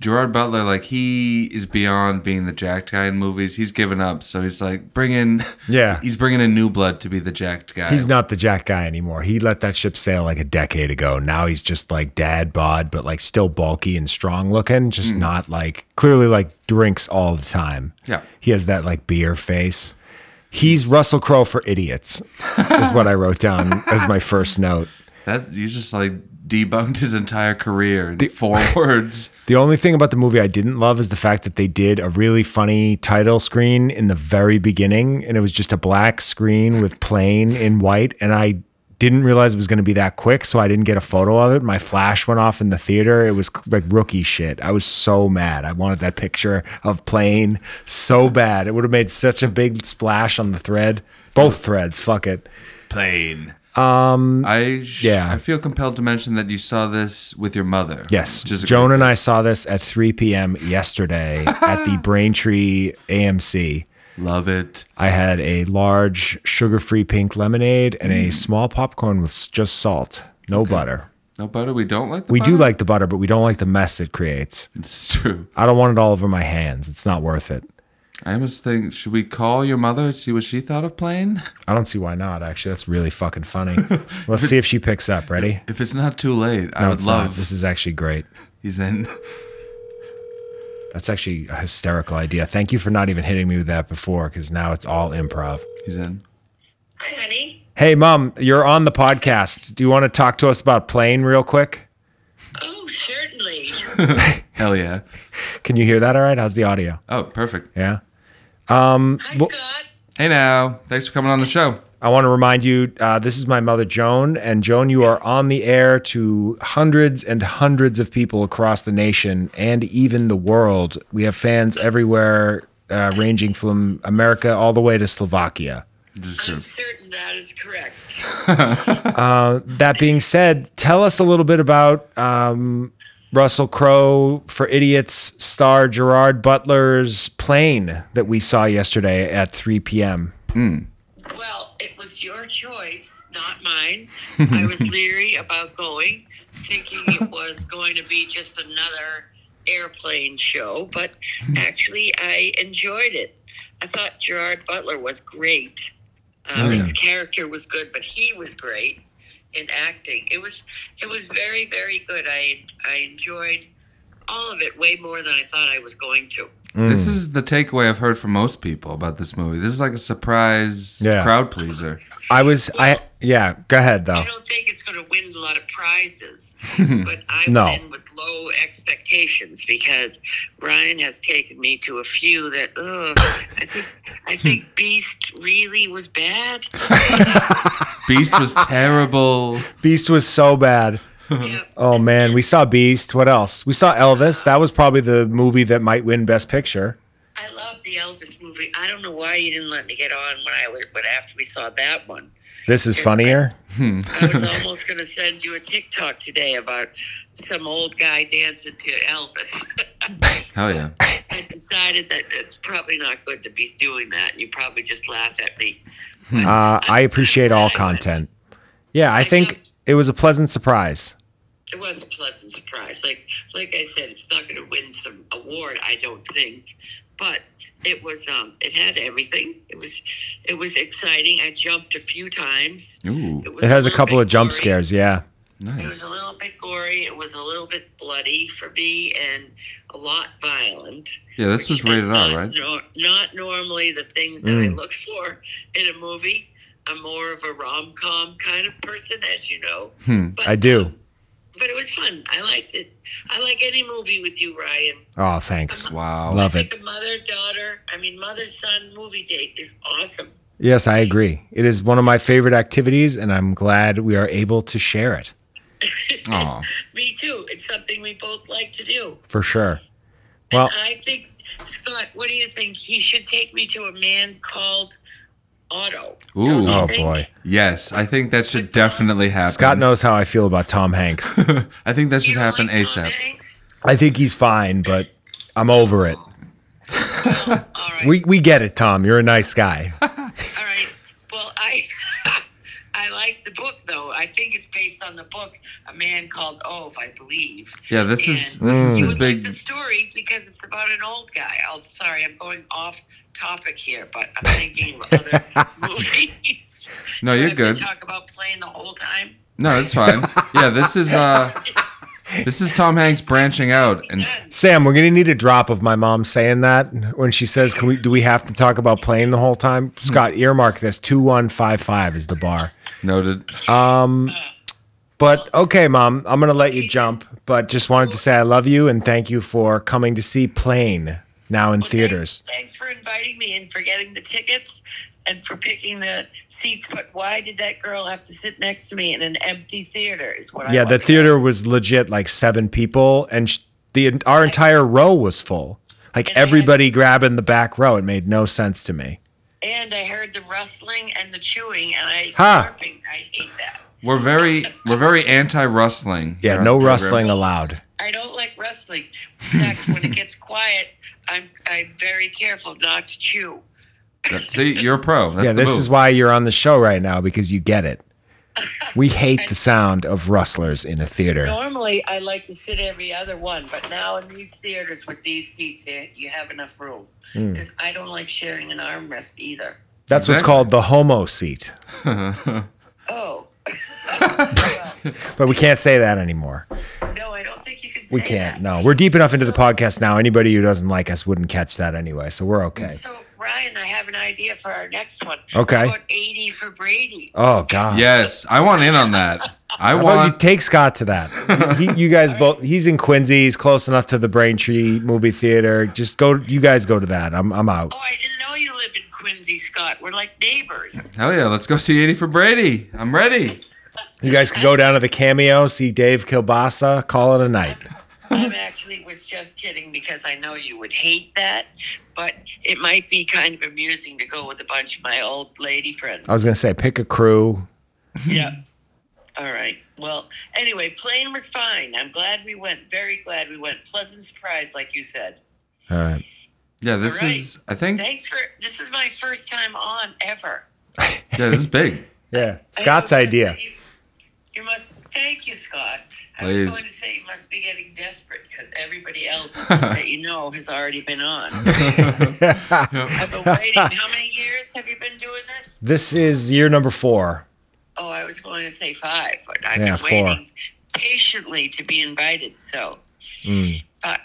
S5: Gerard Butler, like he is beyond being the jacked guy in movies. He's given up, so he's like bringing.
S6: Yeah.
S5: he's bringing in new blood to be the jacked guy.
S6: He's not the Jack guy anymore. He let that ship sail like a decade ago. Now he's just like dad bod, but like still bulky and strong looking. Just not like clearly like drinks all the time.
S5: Hmm. Yeah.
S6: He has that like beer face. He's Russell Crowe for idiots, is what I wrote down as my first note.
S5: That you just like debunked his entire career in four words.
S6: The only thing about the movie I didn't love is the fact that they did a really funny title screen in the very beginning, and it was just a black screen with plain in white, and I didn't realize it was going to be that quick, so I didn't get a photo of it. My flash went off in the theater. It was like rookie shit. I was so mad. I wanted that picture of plane so bad. It would have made such a big splash on the thread, both threads. Fuck it.
S5: Plane. Um. I sh-
S6: yeah.
S5: I feel compelled to mention that you saw this with your mother.
S6: Yes.
S5: Which is a
S6: Joan
S5: great-
S6: and I saw this at 3 p.m. yesterday at the Braintree AMC.
S5: love it.
S6: I had a large sugar-free pink lemonade and a small popcorn with s- just salt, no butter.
S5: No butter. We don't like. The
S6: We do
S5: butter?
S6: like the butter, but we don't like the mess it creates.
S5: It's true.
S6: I don't want it all over my hands. It's not worth it.
S5: I was thinking, should we call your mother and see what she thought of playing?
S6: I don't see why not. Actually, that's really fucking funny. Let's see if she picks up. Ready?
S5: If it's not too late, I
S6: No,
S5: would
S6: it's not.
S5: love.
S6: This is actually great.
S5: He's in.
S6: That's actually a hysterical idea. Thank you for not even hitting me with that before, because now it's all improv.
S5: He's in.
S9: Hi, honey.
S6: Hey, mom, you're on the podcast. Do you want to talk to us about plane real quick?
S9: Oh, certainly.
S5: Hell yeah.
S6: Can you hear that? All right. How's the audio?
S5: Oh, perfect.
S6: Yeah.
S9: Hi,
S6: Well-
S9: Scott.
S5: Hey now, thanks for coming on the show.
S6: I want to remind you uh, this is my mother, Joan. And Joan, you are on the air to hundreds and hundreds of people across the nation and even the world. We have fans everywhere, uh, ranging from America all the way to Slovakia.
S5: This is
S9: I'm
S5: true.
S9: certain that is correct.
S6: That being said, tell us a little bit about um, Russell Crowe for Idiots star Gerard Butler's plane that we saw yesterday at 3 p.m.
S9: Well, it was your choice, not
S8: mine. I was leery about going, thinking it was going to be just another airplane show, but actually I enjoyed it. I thought Gerard Butler was great. Um,
S5: Oh, yeah.
S8: His character was good, but he was great in acting. It was it was very very good. I I enjoyed all of it way more than I thought I was going to.
S6: Mm.
S5: This is the takeaway I've heard from most people about this movie. This is like a surprise
S6: Yeah.
S5: crowd pleaser.
S6: I was I yeah. Go ahead though.
S8: I don't think it's going to win a lot of prizes, but I
S6: No.
S8: went in with low expectations because Ryan has taken me to a few that ugh, I think I think Beast really was bad.
S5: Beast was terrible.
S6: Beast was so bad.
S8: Yep.
S6: Oh man, we saw Beast. What else? We saw Elvis. That was probably the movie that might win Best Picture.
S8: I love the Elvis movie. I don't know why you didn't let me get on when I was, but after we saw that one,
S6: This is funnier.
S8: I was almost going to send you a TikTok today about some old guy dancing to Elvis.
S5: Hell yeah.
S8: I decided that it's probably not good to be doing that. You probably just laugh at me.
S6: Uh, I appreciate all content. Yeah, I think it was a pleasant surprise.
S8: It was a pleasant surprise. Like like I said, it's not going to win some award, I don't think, but it was um it had everything. It was it was exciting. I jumped a few times.
S5: Ooh,
S8: was
S6: It has a
S8: little
S6: couple
S8: bit
S6: of jump
S8: gory.
S6: scares. Yeah.
S8: It was
S5: nice.
S8: a little bit gory. It was a little bit bloody for me, and a lot violent.
S5: Yeah, this was
S8: which is
S5: rated
S8: not
S5: R, right?
S8: nor- not normally the things that
S6: Mm.
S8: I look for in a movie. I'm more of a rom com kind of person, as you know. But,
S6: Hmm. I do.
S8: um, but it was fun. I liked it. I like any movie with you, Ryan.
S6: Oh, thanks.
S5: Wow.
S6: Love
S8: I
S6: it.
S8: think a mother daughter, I mean, mother son movie date is awesome.
S6: Yes, I agree. It is one of my favorite activities, and I'm glad we are able to share it
S5: Aw.
S8: Me too. It's something we both like to do.
S6: for sure. Well,
S8: I think, Scott, what do you think? He should take me to a man called Otto.
S5: Ooh.
S6: oh boy.
S5: Yes, I think that should definitely happen.
S6: Scott knows how I feel about Tom Hanks.
S5: I think that
S8: You
S5: should
S8: don't
S5: happen
S8: like Tom
S5: ASAP.
S8: Hanks?
S6: I think he's fine, but I'm over it.
S8: All right.
S6: We, we get it, Tom. You're a nice guy.
S8: All right. Well, I I like the book though. I think it's based on the book A Man Called Ove, I believe.
S5: Yeah, this is
S8: And
S5: this is
S8: you
S5: his
S8: would
S5: big.
S8: like the story because it's about an old guy. Oh, sorry, I'm going off topic here, but I'm thinking of other movies.
S5: No, you're
S8: If we
S5: good.
S8: Talk about playing the whole time.
S5: No, it's fine. Yeah, this is uh, this is Tom Hanks branching out, and
S6: Sam, we're gonna need a drop of my mom saying that when she says, "Can we? Do we have to talk about playing the whole time?" Scott, earmark this. Two one five five is the bar.
S5: noted.
S6: But okay, mom, I'm gonna let you jump. But just wanted to say I love you and thank you for coming to see Plane now in
S8: Well,
S6: theaters.
S8: Thanks, thanks for inviting me and for getting the tickets and for picking the seats. But why did that girl have to sit next to me in an empty theater? Is what I
S6: Yeah, the
S8: want to
S6: theater was legit like seven people, and sh- the our entire row was full. Like
S8: And they had-
S6: everybody grabbing the back row. It made no sense to me.
S8: And I heard the rustling and the chewing, and I
S6: Ha.
S8: snarping. I hate that.
S5: We're very we're very anti rustling.
S6: Yeah, no rustling allowed.
S8: I don't like rustling. In fact, when it gets quiet, I'm I'm very careful not to chew.
S5: See, you're a pro. That's
S6: yeah,
S5: the
S6: this
S5: move.
S6: is why you're on the show right now because you get it. We hate the sound of rustlers in a theater.
S8: Normally, I like to sit every other one, but now in these theaters with these seats, eh, you have enough room
S6: Hmm.
S8: because I don't like sharing an armrest either.
S6: That's what's
S5: Exactly.
S6: called the homo seat.
S8: Oh.
S6: But we can't say that anymore.
S8: No, I don't think you can. Say
S6: We can't.
S8: That.
S6: No, we're deep enough into the podcast now. Anybody who doesn't like us wouldn't catch that anyway. So we're okay.
S8: So Ryan, I have an idea for our next one.
S6: Okay.
S8: How about eighty for Brady.
S6: Oh God.
S5: Yes, I want in on that. I
S6: How about you
S5: want.
S6: take Scott to that? He, you guys both. He's in Quincy. He's close enough to the Braintree movie theater. Just go. You guys go to that. I'm. I'm out.
S8: Oh, I didn't know you live in Quincy, Scott. We're like neighbors.
S5: Hell yeah, let's go see 80 for Brady. I'm ready.
S6: You guys could go down to the cameo, see Dave Kilbasa, call it a night.
S8: I'm
S6: Uh-huh.
S8: actually was just kidding because I know you would hate that, but it might be kind of amusing to go with a bunch of my old lady friends.
S6: I was gonna say pick a crew.
S8: Yeah. All right. Well, anyway, plane was fine. I'm glad we went. Very glad we went. Pleasant surprise, like you said.
S6: All right.
S5: Yeah, this
S8: All right.
S5: is. I think.
S8: Thanks for this is my first time on ever.
S5: Yeah, this is big.
S6: Yeah, Scott's
S8: I-
S6: idea.
S8: You, you must thank you, Scott. I
S5: Please.
S8: was going to say you must be getting desperate because everybody else that you know has already been on. I've been waiting. How many years have you been doing this?
S6: This is year number four.
S8: Oh, I was going to say five, but I've been
S6: Yeah, four.
S8: waiting patiently to be invited. So,
S6: Hmm.
S8: uh,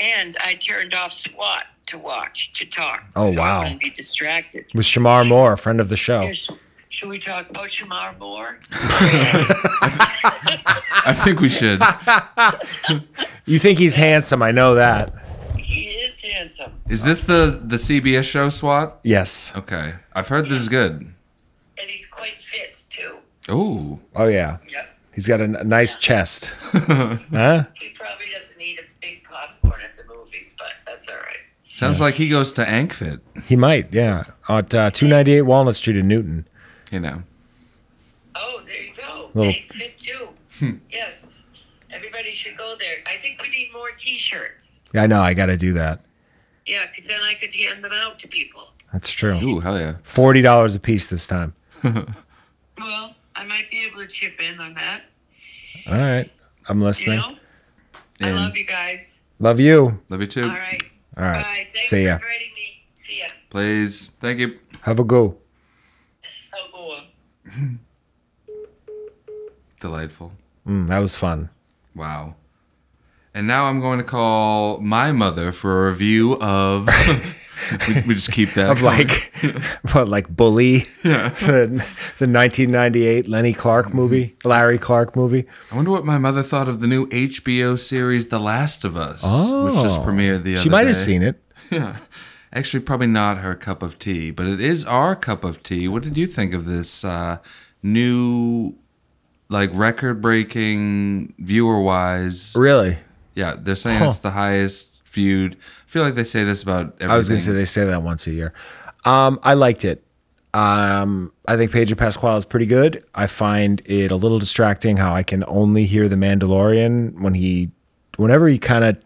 S8: and I turned off SWAT to watch to talk.
S6: Oh,
S8: so
S6: wow. Oh.
S8: I wouldn't be distracted.
S6: With Shamar Moore, a friend of the show.
S8: Here, sh- should we talk about Shamar Moore?
S5: I think we should.
S6: You think he's handsome? I know that.
S8: He is handsome.
S5: Is this the the CBS show SWAT?
S6: Yes.
S5: Okay, I've heard this is good.
S8: And he's quite fit too.
S5: Oh,
S6: Oh yeah.
S8: Yep.
S6: He's got a n- nice chest. huh?
S8: He probably doesn't need a big popcorn at the movies, but that's all right.
S5: sounds like he goes to Ankfit.
S6: He might. Yeah. At uh, 298 Walnut Street in Newton.
S5: You know.
S8: Oh, there you go.
S6: Little-
S8: Big fit too. yes. Everybody should go there. I think we need more T-shirts.
S6: Yeah, I know. I got to do that.
S8: Yeah, because then I could hand them out to people.
S6: That's true.
S5: Ooh, hell yeah.
S6: Forty dollars a piece this time.
S8: Well, I might be able to chip in on that.
S6: All right. I'm
S8: You
S6: listening.
S8: know, I
S5: And
S8: love you guys.
S6: Love you.
S5: love you too.
S8: All right.
S6: All right.
S8: Bye. Thanks
S6: See ya.
S8: for inviting me. See ya.
S5: Please. Thank you.
S6: Have a go.
S8: I'll go on.
S5: Delightful.
S6: Mm, that was fun.
S5: Wow. And now I'm going to call my mother for a review of. we, we just keep that.
S6: Of
S5: going.
S6: like, what like bully? the, the 1998 Lenny Clark movie,
S5: Mm-hmm.
S6: Larry Clark movie.
S5: I wonder what my mother thought of the new HBO series, The Last of Us, which just
S6: Oh.
S5: premiered the other
S6: She might have
S5: day.
S6: seen it.
S5: Yeah. Actually, probably not her cup of tea, but it is our cup of tea. What did you think of this uh, new, like record breaking viewer wise?
S6: Really?
S5: Yeah, they're saying it's the highest viewed. I feel like they say this about everything.
S6: I was going to say they say that once a year. Um, I liked it. Um, I think Pedro Pascal is pretty good. I find it a little distracting how I can only hear the Mandalorian when he, whenever he kind of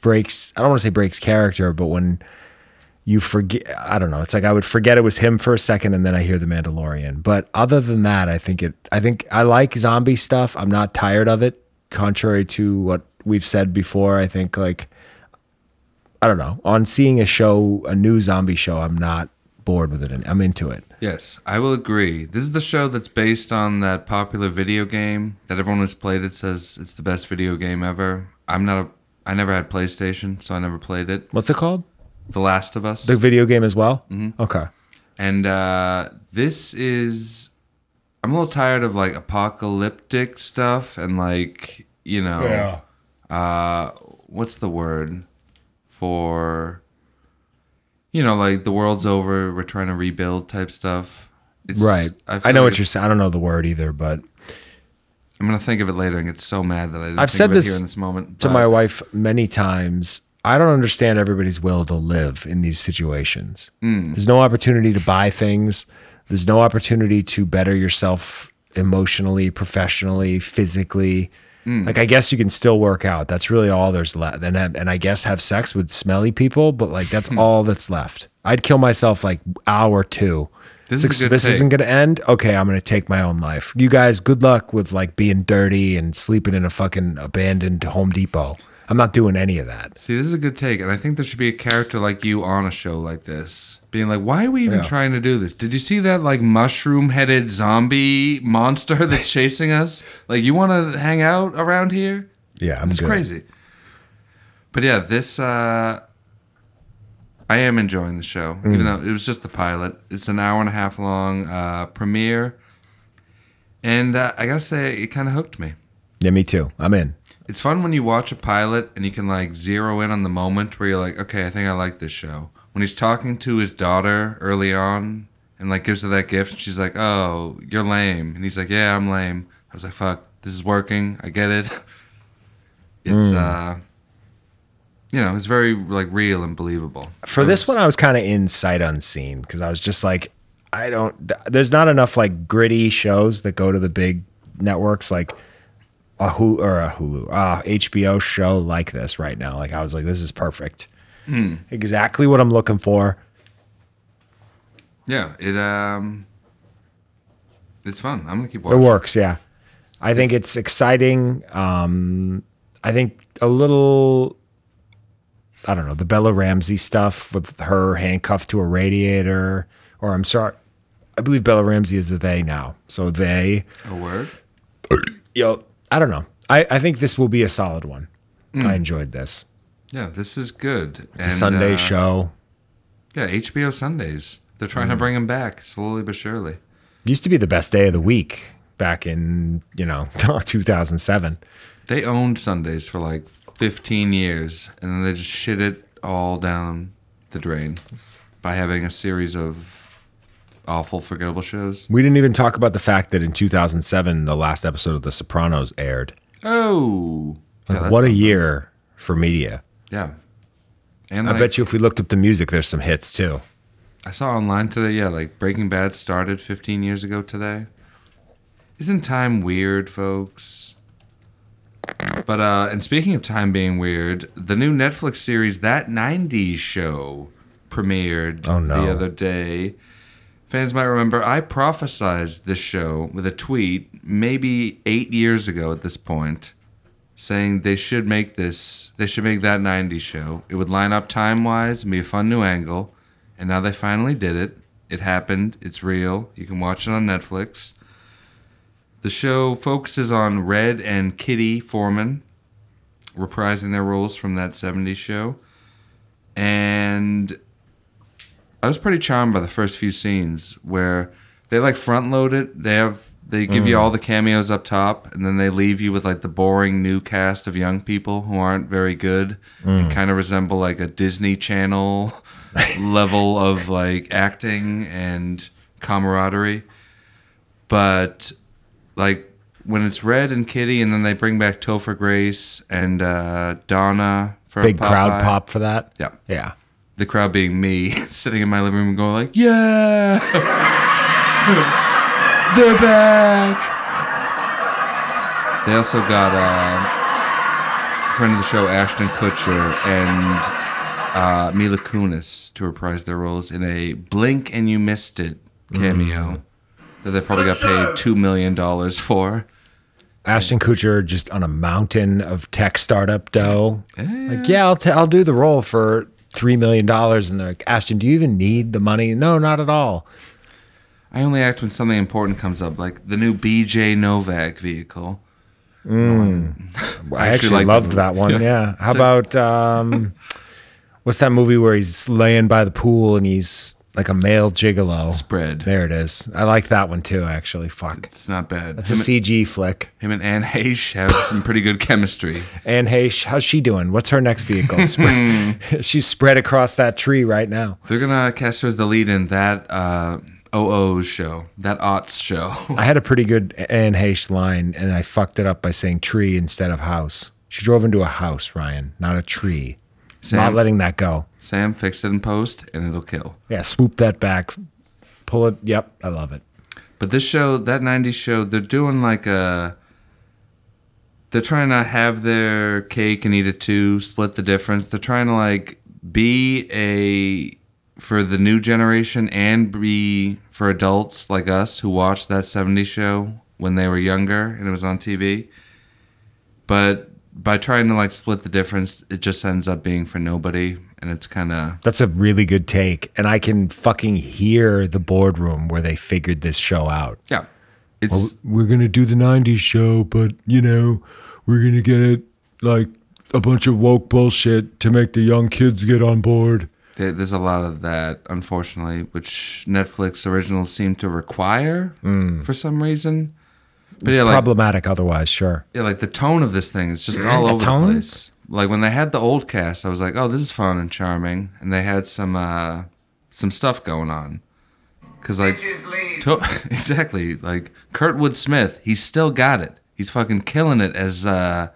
S6: breaks. I don't want to say breaks character, but when you forget, I don't know. It's like I would forget it was him for a second, and then I hear the Mandalorian. But other than that, I think it. I think I like zombie stuff. I'm not tired of it. Contrary to what we've said before, I think like I don't know. On seeing a show, a new zombie show, I'm not bored with it. and I'm into it.
S5: Yes, I will agree. This is the show that's based on that popular video game that everyone who's played it says it's the best video game ever. I'm not a. I never had PlayStation, so I never played it.
S6: What's it called? Mm-hmm.
S5: The Last of Us.
S6: The video game as well. Okay.
S5: And uh, this is. I'm a little tired of like apocalyptic stuff and like, you know. Uh, what's the word for. You know, like the world's over, we're trying to rebuild type stuff. It's,
S6: Right. I,
S5: feel
S6: know
S5: like
S6: what you're saying. I don't know the word either, but
S5: I'm gonna think of it later and get so mad that I didn't
S6: I've
S5: think
S6: said
S5: of it
S6: this
S5: here in this moment.
S6: to
S5: but
S6: my wife many times. I don't understand everybody's will to live in these situations. There's no opportunity to buy things. There's no opportunity to better yourself emotionally, professionally, physically. Like I guess you can still work out. That's really all there's left. And have- and I guess have sex with smelly people, but like that's all that's left. I'd kill myself like hour two.
S5: This
S6: It's
S5: is a
S6: like,
S5: good
S6: this
S5: take.
S6: isn't going to end. Okay, I'm going to take my own life. You guys, good luck with like being dirty and sleeping in a fucking abandoned Home Depot. I'm not doing any of that.
S5: See, this is a good take, and I think there should be a character like you on a show like this, being like, "Why are we even
S6: Yeah.
S5: trying to do this? Did you see that like mushroom-headed zombie monster that's chasing us? Like, you want to hang out around here?
S6: Yeah, I'm
S5: It's
S6: good.
S5: crazy." But yeah, this uh, I am enjoying the show,
S6: Mm.
S5: even though it was just the pilot. It's an hour and a half long uh, premiere, and uh, I gotta say, it kind of hooked me.
S6: Yeah, me too. I'm in.
S5: It's fun when you watch a pilot and you can like zero in on the moment where you're like, okay, I think I like this show. When he's talking to his daughter early on and like gives her that gift, and she's like, oh, you're lame. And he's like, yeah, I'm lame. I was like, fuck, this is working. I get it.
S6: Hmm.
S5: It's, uh, you know, it's very like real and believable.
S6: For this one, I was kind of in sight unseen because I was just like, I don't. th- There's not enough like gritty shows that go to the big networks like a Hulu or a Hulu, uh, HBO show like this right now. Like I was like, this is perfect.
S5: Hmm.
S6: Exactly what I'm looking for.
S5: Yeah, it, um, It's fun. I'm gonna keep
S6: It
S5: watching.
S6: works, yeah. I think it's exciting. Um, I think a little, I don't know, the Bella Ramsey stuff with her handcuffed to a radiator, or I'm sorry, I believe Bella Ramsey is a they now. So they,
S5: A word.
S6: yo, I don't know. I, I think this will be a solid one. I enjoyed this.
S5: Yeah, this is good.
S6: It's a Sunday
S5: uh,
S6: show.
S5: Yeah, HBO Sundays. They're trying to
S6: Mm.
S5: bring them back slowly but surely.
S6: Used to be the best day of the week back in, you know, 2007.
S5: They owned Sundays for like 15 years, and then they just shit it all down the drain by having a series of awful, forgettable shows.
S6: We didn't even talk about the fact that in 2007, the last episode of The Sopranos aired.
S5: Oh, Yeah,
S6: Like,
S5: that's
S6: what a
S5: something.
S6: year for media.
S5: Yeah, and
S6: I
S5: like,
S6: bet you if we looked up the music, there's some hits too.
S5: I saw online today. Yeah, like Breaking Bad started 15 years ago today. Isn't time weird, folks? But uh and speaking of time being weird, the new Netflix series That 90s Show premiered
S6: Oh, no.
S5: the other day. Fans might remember I prophesized this show with a tweet maybe 8 years ago at this point saying they should make this they should make that 90s show. It would line up time-wise and be a fun new angle. And now they finally did it. It happened. It's real. You can watch it on Netflix. The show focuses on Red and Kitty Foreman reprising their roles from that 70s show. And I was pretty charmed by the first few scenes where they like front load it. They have they give
S6: Mm.
S5: you all the cameos up top and then they leave you with like the boring new cast of young people who aren't very good
S6: Mm.
S5: and kind of resemble like a Disney Channel level of like acting and camaraderie. But like when it's Red and Kitty, and then they bring back Topher Grace and uh, Donna for
S6: Big crowd
S5: Popeye.
S6: pop for that.
S5: Yeah,
S6: Yeah.
S5: the crowd being me, sitting in my living room, going like, "Yeah, they're back." They also got uh, a friend of the show, Ashton Kutcher, and uh, Mila Kunis to reprise their roles in a "Blink and You Missed It" cameo
S6: Mm.
S5: that they probably got paid two million dollars for.
S6: Ashton Kutcher just on a mountain of tech startup dough. Like, yeah, I'll, t- I'll do the role for $3 million. And they're like, Ashton, do you even need the money? No, not at all.
S5: I only act when something important comes up, like the new BJ Novak vehicle.
S6: Mm. I actually,
S5: like the
S6: loved
S5: movie.
S6: that one. Yeah. How about um, what's that movie where he's laying by the pool and he's like a male gigolo?
S5: Spread.
S6: There it is. I like that one too. Actually, fuck. It's,
S5: It's not bad.
S6: a
S5: Him-
S6: CG flick.
S5: Him and Anne Heche have some pretty good chemistry.
S6: Anne Heche, how's she doing? What's her next vehicle? Spread-
S5: Hmm.
S6: She's spread across that tree right now.
S5: They're gonna cast her as the lead in that uh, OO show, that aughts show.
S6: I had a pretty good Anne Heche line, and I fucked it up by saying tree instead of house. She drove into a house, Ryan, not a tree. Not
S5: Sam,
S6: letting that go.
S5: Sam fix it in post, and it'll kill.
S6: Yeah, swoop that back, pull it. Yep, I love it.
S5: But this show, that '90s show, they're doing like a. They're trying to have their cake and eat it too. Split the difference. They're trying to like be a for the new generation and be for adults like us who watched that '70s show when they were younger and it was on TV. But by trying to like split the difference, it just ends up being for nobody, and it's kind of
S6: That's a really good take. And I can fucking hear the boardroom where they figured this show out.
S5: yeah. It's
S6: We're going to do the 90s show, but, you know, we're going to get it like a bunch of woke bullshit to make the young kids get on board.
S5: There- There's a lot of that, unfortunately, which Netflix originals seem to require
S6: Mm.
S5: for some reason. But yeah, like,
S6: Problematic otherwise, sure.
S5: yeah, like the tone of this thing is just all
S6: Mm. the
S5: over
S6: tone?
S5: the place. Like when they had the old cast, I was like, "Oh, this is fun and charming," and they had some uh, some stuff going on. Cause like, to- exactly, like Kurtwood Smith, he's still got it. He's fucking killing it as uh,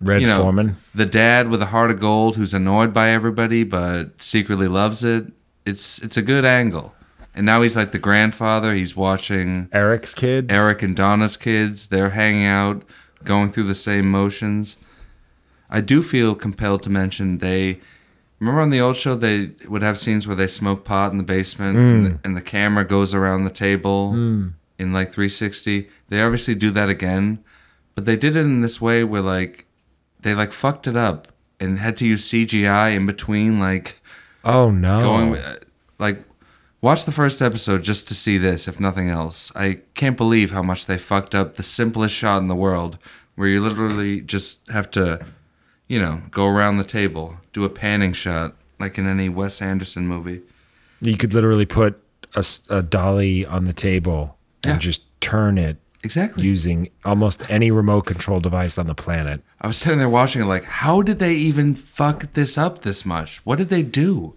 S6: Red
S5: you know,
S6: Foreman.
S5: the dad with a heart of gold who's annoyed by everybody but secretly loves it. It's it's a good angle. And now he's like the grandfather. He's watching
S6: Eric's kids.
S5: Eric and Donna's kids. They're hanging out, going through the same motions. I do feel compelled to mention they. Remember on the old show, they would have scenes where they smoke pot in the basement and, the, and the camera goes around the table in like 360. They obviously do that again, but they did it in this way where like they like fucked it up and had to use CGI in between like
S6: Oh no.
S5: going uh, like watch the first episode just to see this if nothing else i can't believe how much they fucked up the simplest shot in the world where you literally just have to you know go around the table do a panning shot like in any wes anderson movie
S6: you could literally put a, s- a dolly on the table and
S5: Yeah.
S6: just turn it
S5: exactly
S6: using almost any remote control device on the planet.
S5: i was sitting there watching it like how did they even fuck this up this much what did they do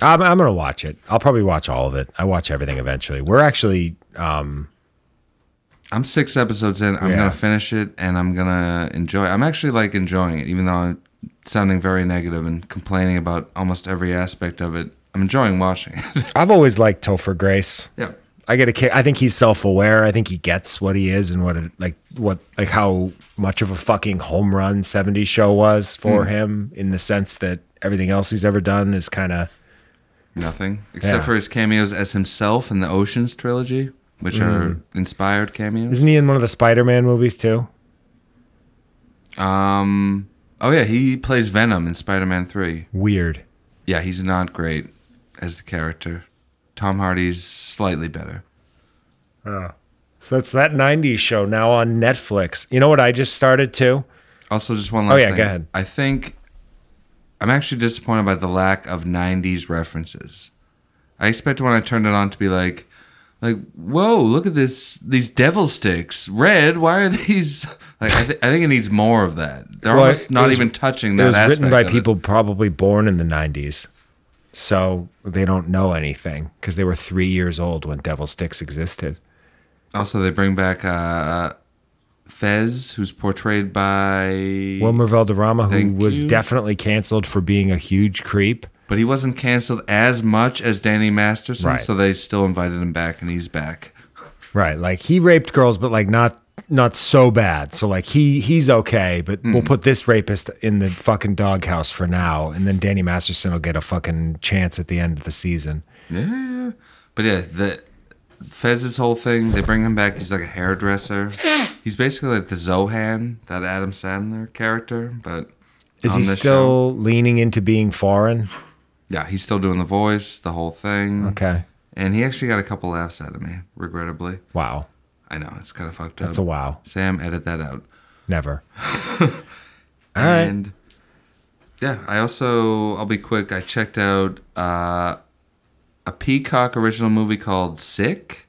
S6: I'm, I'm gonna watch it. I'll probably watch all of it. I watch everything eventually. We're actually
S5: i'm six episodes in i'm
S6: Yeah.
S5: gonna finish it and i'm gonna enjoy i'm actually like enjoying it even though i'm sounding very negative and complaining about almost every aspect of it i'm enjoying watching it
S6: I've always liked Topher Grace.
S5: Yeah.
S6: I get a kick. I think he's self-aware. I think he gets what he is and what it, like what like how much of a fucking home run 70s show was for him in the sense that everything else he's ever done is kind of
S5: Nothing. Except
S6: Yeah.
S5: for his cameos as himself in the Oceans trilogy, which are
S6: Mm-hmm.
S5: inspired cameos.
S6: Isn't he in one of the Spider-Man movies too?
S5: Um oh yeah, he plays Venom in Spider Man three.
S6: Weird.
S5: Yeah, he's not great as the character. Tom Hardy's slightly better.
S6: So it's that 90s show now on Netflix. You know what I just started too?
S5: Also just one last
S6: Oh, yeah,
S5: thing.
S6: go ahead.
S5: I think I'm actually disappointed by the lack of nineties references. I expected when I turned it on to be like like whoa look at this these devil sticks red why are these like I, th- I think it needs more of that they're
S6: Well,
S5: almost
S6: it
S5: not
S6: was-
S5: even touching
S6: it
S5: that
S6: was
S5: aspect
S6: written by
S5: of it.
S6: people probably born in the 90s. So they don't know anything because they were three years old when Devil Sticks existed.
S5: Also, they bring back uh, Fez, who's portrayed by,
S6: Wilmer Valderrama, who
S5: Thank
S6: was
S5: you.
S6: definitely canceled for being a huge creep.
S5: but he wasn't canceled as much as Danny Masterson,
S6: Right.
S5: so they still invited him back, and he's back.
S6: Right. Like he raped girls, but like not not so bad. So like he he's okay, but
S5: Hmm.
S6: we'll put this rapist in the fucking doghouse for now, and then Danny Masterson will get a fucking chance at the end of the season.
S5: But yeah, the Fez's whole thing, they bring him back. He's like a hairdresser. he's basically like the Zohan, that Adam Sandler character, but
S6: Is
S5: on
S6: he
S5: the show-
S6: still leaning into being foreign?
S5: Yeah, he's still doing the voice, the whole thing.
S6: Okay.
S5: And he actually got a couple laughs out of me, regrettably.
S6: Wow.
S5: I know it's kind of fucked
S6: That's a
S5: up.
S6: wow.
S5: Sam, edit that out.
S6: Never. All right.
S5: And yeah, I also I'll be quick. I checked out uh, a Peacock original movie called Sick,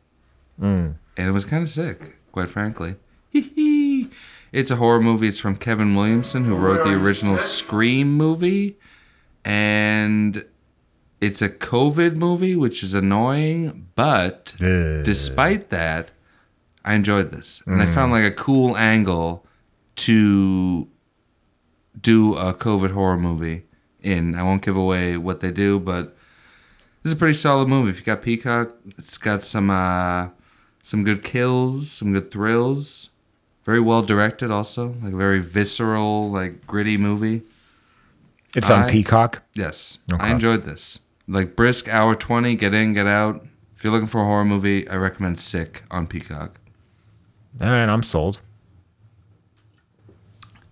S6: Hmm.
S5: and it was kind of sick, quite frankly. Hee-hee. it's a horror movie. It's from Kevin Williamson, who wrote the original Scream movie, and it's a COVID movie, which is annoying. But
S6: Ugh.
S5: despite that, I enjoyed this, and I found like a cool angle to do a COVID horror movie in. I won't give away what they do, but this is a pretty solid movie. If you got Peacock, it's got some uh, some good kills, some good thrills. Very well directed, also like a very visceral, like gritty movie.
S6: It's on
S5: I-
S6: Peacock.
S5: Yes, I
S6: Okay.
S5: enjoyed this. Like brisk hour twenty, get in, get out. If you're looking for a horror movie, I recommend Sick on Peacock.
S6: All right, I'm sold.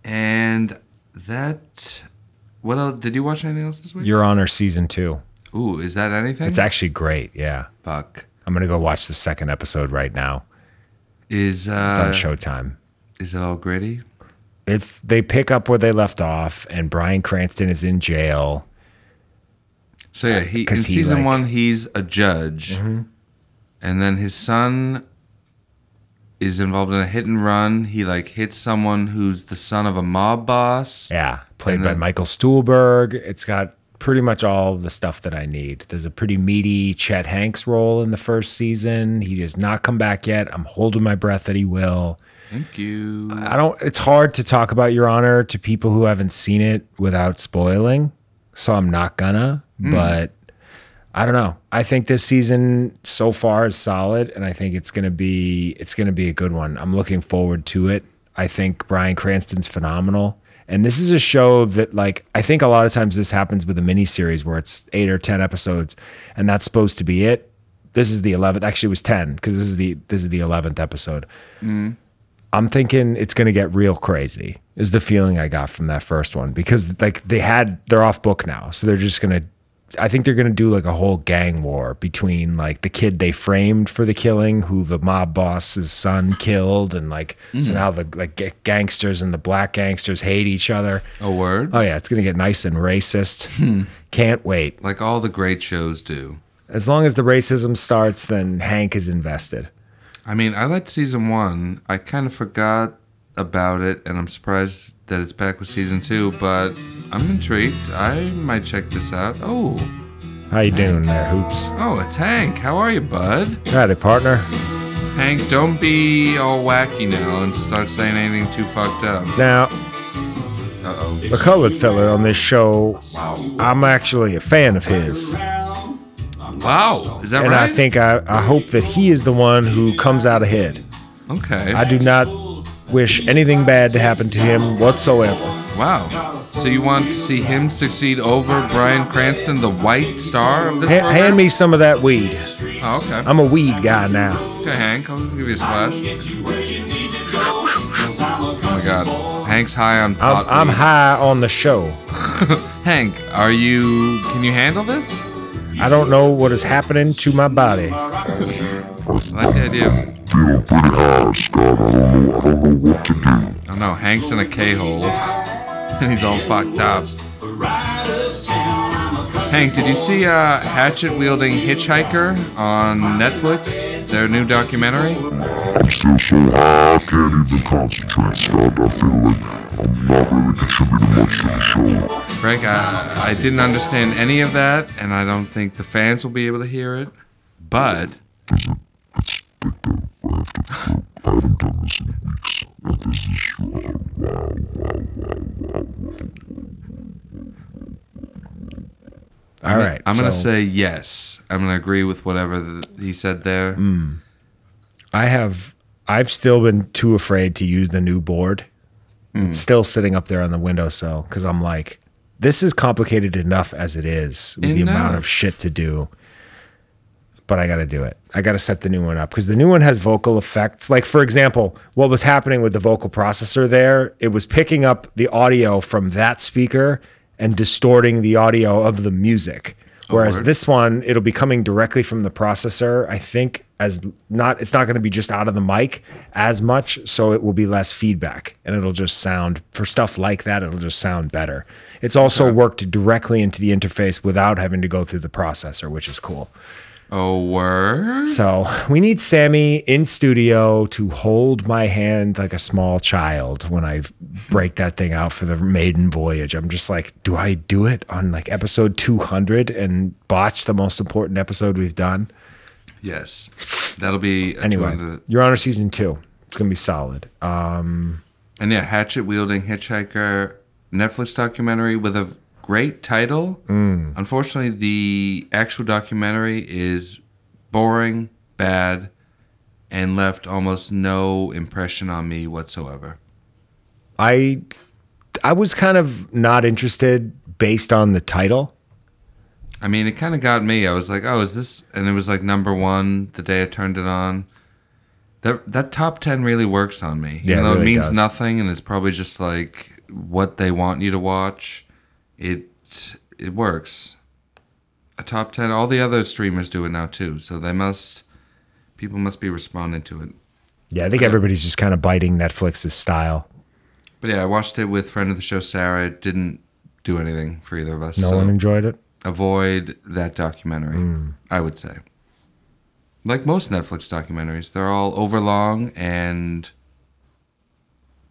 S5: And that, what else? Did you watch anything else this week?
S6: Your Honor season two.
S5: Ooh, is that anything?
S6: It's actually great. Yeah.
S5: Fuck.
S6: I'm gonna go watch the second episode right now.
S5: Is
S6: It's on
S5: uh,
S6: Showtime.
S5: is it all gritty?
S6: It's they pick up where they left off, and Brian Cranston is in jail.
S5: So yeah, he in
S6: 'cause he,
S5: season
S6: like- Mm-hmm.
S5: one he's a judge, and then his son is involved in a hit and run. He like hits someone who's the son of a mob boss.
S6: Yeah, played
S5: And
S6: by
S5: then-
S6: Michael Stuhlberg. It's got pretty much all of the stuff that I need. There's a pretty meaty Chet Hanks role in the first season. He has not come back yet. I'm holding my breath that he will.
S5: Thank you.
S6: I don't. It's hard to talk about Your Honor to people who haven't seen it without spoiling, so I'm not gonna. But I don't know. I think this season so far is solid, and I think it's gonna be it's gonna be a good one. I'm looking forward to it. I think Brian Cranston's phenomenal, and this is a show that like I think a lot of times this happens with a miniseries where it's eight or ten episodes, and that's supposed to be it This is the eleventh. Actually, it was ten because this is the this is the eleventh episode. I'm thinking it's going to get real crazy. Is the feeling I got from that first one because like they had they're off book now, so they're just going to. I think they're going to do like a whole gang war between like the kid they framed for the killing, who the mob boss's son killed, and like so now the like ga- gangsters and the black gangsters hate each other.
S5: A word?
S6: Oh yeah, it's going to get nice and racist. Can't wait.
S5: Like all the great shows do.
S6: As long as the racism starts, then Hank is invested.
S5: I mean, I liked season one. I kind of forgot about it, and I'm surprised that it's back with season two, but I'm intrigued. I might check this out. Oh,
S6: How you doing there, Hoops?
S5: oh, it's Hank. How are you, bud?
S6: Howdy, partner.
S5: Hank, don't be all wacky now and start saying anything too fucked up.
S6: Now,
S5: Uh oh.
S6: the colored fella on this show, I'm actually a fan of his.
S5: Wow. Is that
S6: And
S5: right?
S6: I think I, I hope that he is the one who comes out ahead.
S5: Okay.
S6: I do not wish anything bad to happen to him whatsoever.
S5: wow. So you want to see him succeed over Brian Cranston, the white star of this
S6: Ha-
S5: program?
S6: hand me some of that weed.
S5: Oh, okay.
S6: I'm a weed guy now.
S5: Okay, Hank, I'll give you a splash. oh my god. Hank's high on pot.
S6: I'm, I'm
S5: weed.
S6: high on the show.
S5: Hank, are you. Can you handle this?
S6: I don't know what is happening to my body.
S5: I like the idea of.
S4: Feeling pretty high, Scott. I don't know. I don't know what to do.
S5: Oh no, Hank's in a K hole. And he's all fucked up. Hank, did you see uh, Hatchet Wielding Hitchhiker on Netflix? Their new documentary?
S4: I'm still so high I can't even concentrate, Scott. I feel like I'm not really contributing much to the show.
S5: Frank, I, I didn't understand any of that, and I don't think the fans will be able to hear it. But
S4: It's like the, I have to. Feel, I haven't done this in weeks. And this is wow, wow, wow, wow, wow.
S6: All right.
S5: I'm gonna
S6: so
S5: say yes. I'm gonna agree with whatever th he said there.
S6: Mm. I have. I've still been too afraid to use the new board. It's still sitting up there on the windowsill because I'm like, this is complicated enough as it is with the amount
S5: Enough.
S6: of shit to do. But I got to do it. I got to set the new one up because the new one has vocal effects. Like, for example, what was happening with the vocal processor there, it was picking up the audio from that speaker and distorting the audio of the music. Whereas
S5: word.
S6: this one, it'll be coming directly from the processor, I think, as not, it's not going to be just out of the mic as much. So it will be less feedback and it'll just sound, for stuff like that, it'll just sound better. It's also worked directly into the interface without having to go through the processor, which is cool.
S5: Oh, word.
S6: So we need Sammy in studio to hold my hand like a small child when I break that thing out for the maiden voyage. I'm just like, do I do it on like episode 200 and botch the most important episode we've done?
S5: Yes, that'll be a
S6: Anyway,
S5: two on the-
S6: Your Honor, season two. It's gonna be solid. Um,
S5: and yeah, hatchet wielding hitchhiker Netflix documentary with a great title.
S6: Mm.
S5: Unfortunately, the actual documentary is boring, bad, and left almost no impression on me whatsoever.
S6: I I was kind of not interested based on the title.
S5: I mean, it kind of got me. I was like, "Oh, is this?" And it was like number one the day I turned it on. That that top ten really works on me.
S6: Yeah, it
S5: even though it,
S6: really
S5: means
S6: does.
S5: nothing, and it's probably just like what they want you to watch. It it works. A top ten. All the other streamers do it now too, so they must. People must be responding to it.
S6: Yeah, I think everybody's just kind of biting Netflix's style.
S5: But yeah, I watched it with friend of the show Sarah. It didn't do anything for either of us.
S6: No
S5: so.
S6: one enjoyed it.
S5: avoid that documentary,
S6: Mm.
S5: I would say. Like most Netflix documentaries, they're all overlong and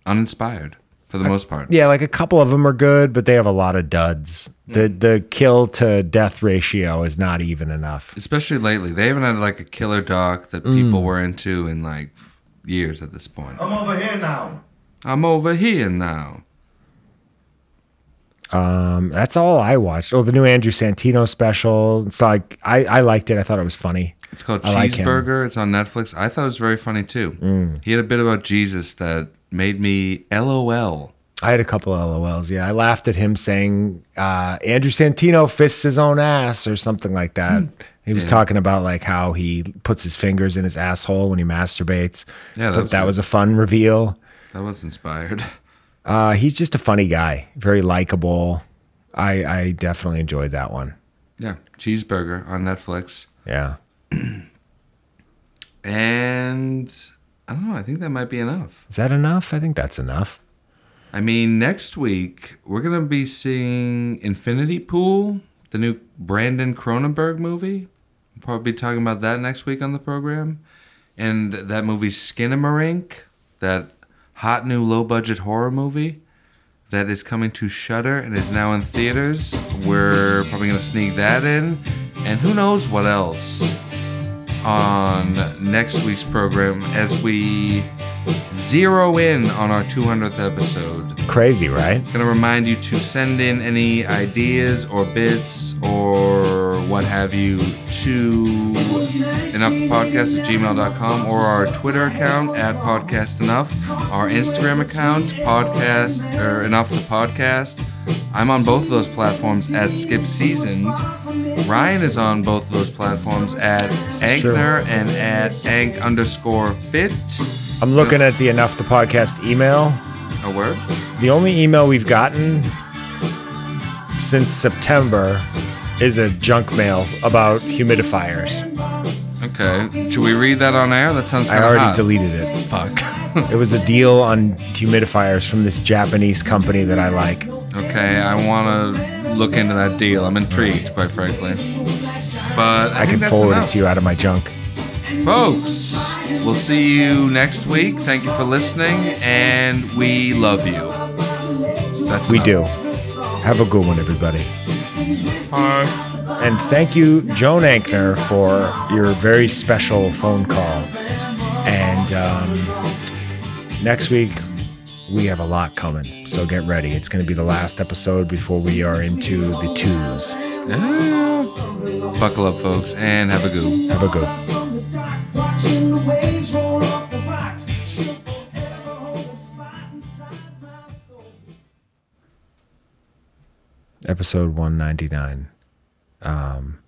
S5: uninspired for the most part.
S6: Yeah, like a couple of them are good, but they have a lot of duds. The
S5: Hmm.
S6: the kill to death ratio is not even enough.
S5: Especially lately. They haven't had like a killer doc that
S6: Mm.
S5: people were into in like years at this point.
S2: I'm over here now.
S5: I'm over here now.
S6: Um, that's all I watched. Oh, the new Andrew Santino special. It's like I, I liked it. I thought it was funny.
S5: It's called
S6: I like him. Mm.
S5: Cheeseburger. it's on Netflix. I thought it was very funny too. He had a bit about Jesus that made me LOL
S6: I had a couple LOLs. Yeah, I laughed at him saying uh, Andrew Santino fists his own ass or something like that. He was
S5: Hmm. Yeah.
S6: talking about like how he puts his fingers in his asshole when he masturbates.
S5: Yeah, that
S6: Thought
S5: was
S6: that
S5: good.
S6: was a fun reveal.
S5: That was inspired.
S6: Uh, he's just a funny guy, very likable. I I definitely enjoyed that one.
S5: Yeah, cheeseburger on Netflix,
S6: Yeah.
S5: and I don't know. I think that might be enough.
S6: Is that enough? I think that's enough.
S5: I mean, next week we're gonna be seeing Infinity Pool, the new Brandon Cronenberg movie. We'll probably be talking about that next week on the program, and that movie Skinamarink, that hot new low-budget horror movie that is coming to Shutter and is now in theaters. We're probably gonna sneak that in, and who knows what else on next week's program as we zero in on our 200th episode
S6: Crazy, right?
S5: going to remind you to send in any ideas or bits or what have you to enoughpodcast at gmail.com or our Twitter account at podcast enough, our Instagram account, podcast or enough the podcast. I'm on both of those platforms at Skip Seasoned. Ryan is on both of those platforms at
S6: is true.
S5: Ankner and at Ank underscore fit.
S6: I'm looking at the Enough the Podcast email.
S5: A word?
S6: The only email we've gotten since September is a junk mail about humidifiers.
S5: Okay. Should we read that on air? That sounds
S6: I
S5: kind of
S6: already
S5: hot.
S6: deleted it.
S5: Fuck.
S6: It was a deal on humidifiers from this Japanese company that I like.
S5: okay, I want to look into that deal. I'm intrigued, quite frankly. But I,
S6: I
S5: think
S6: can
S5: that's
S6: forward
S5: enough.
S6: it to you out of my junk.
S5: folks. We'll see you next week. Thank you for listening, and we love you. That's
S6: We
S5: enough.
S6: do. Have a good one, everybody.
S5: Bye.
S6: And thank you, Joan Ankner, for your very special phone call. And um, next week, we have a lot coming. So get ready. It's going to be the last episode before we are into the twos.
S5: Yeah. Buckle up, folks, and have a goo.
S6: Have a good
S10: Watching the waves roll off the rocks. She'll forever hold a spot inside my soul.
S6: episode 199 um,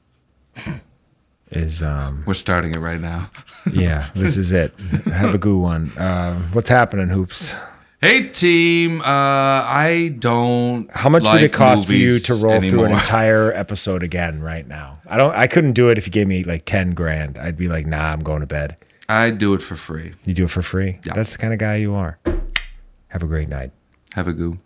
S6: is, um,
S5: We're starting it right now.
S6: yeah, this is it. Have a good one. Uh, what's happening, Hoops?
S5: Hey, team. Uh, I don't.
S6: How much would
S5: like
S6: it cost for you
S5: movies
S6: to roll through an
S5: anymore.
S6: entire episode again right now? I don't. I couldn't do it if you gave me like ten grand. I'd be like, nah, I'm going to bed.
S5: I'd do it for free.
S6: You do it for free.
S5: Yeah.
S6: That's the kind of guy you are. Have a great night.
S5: Have a goo.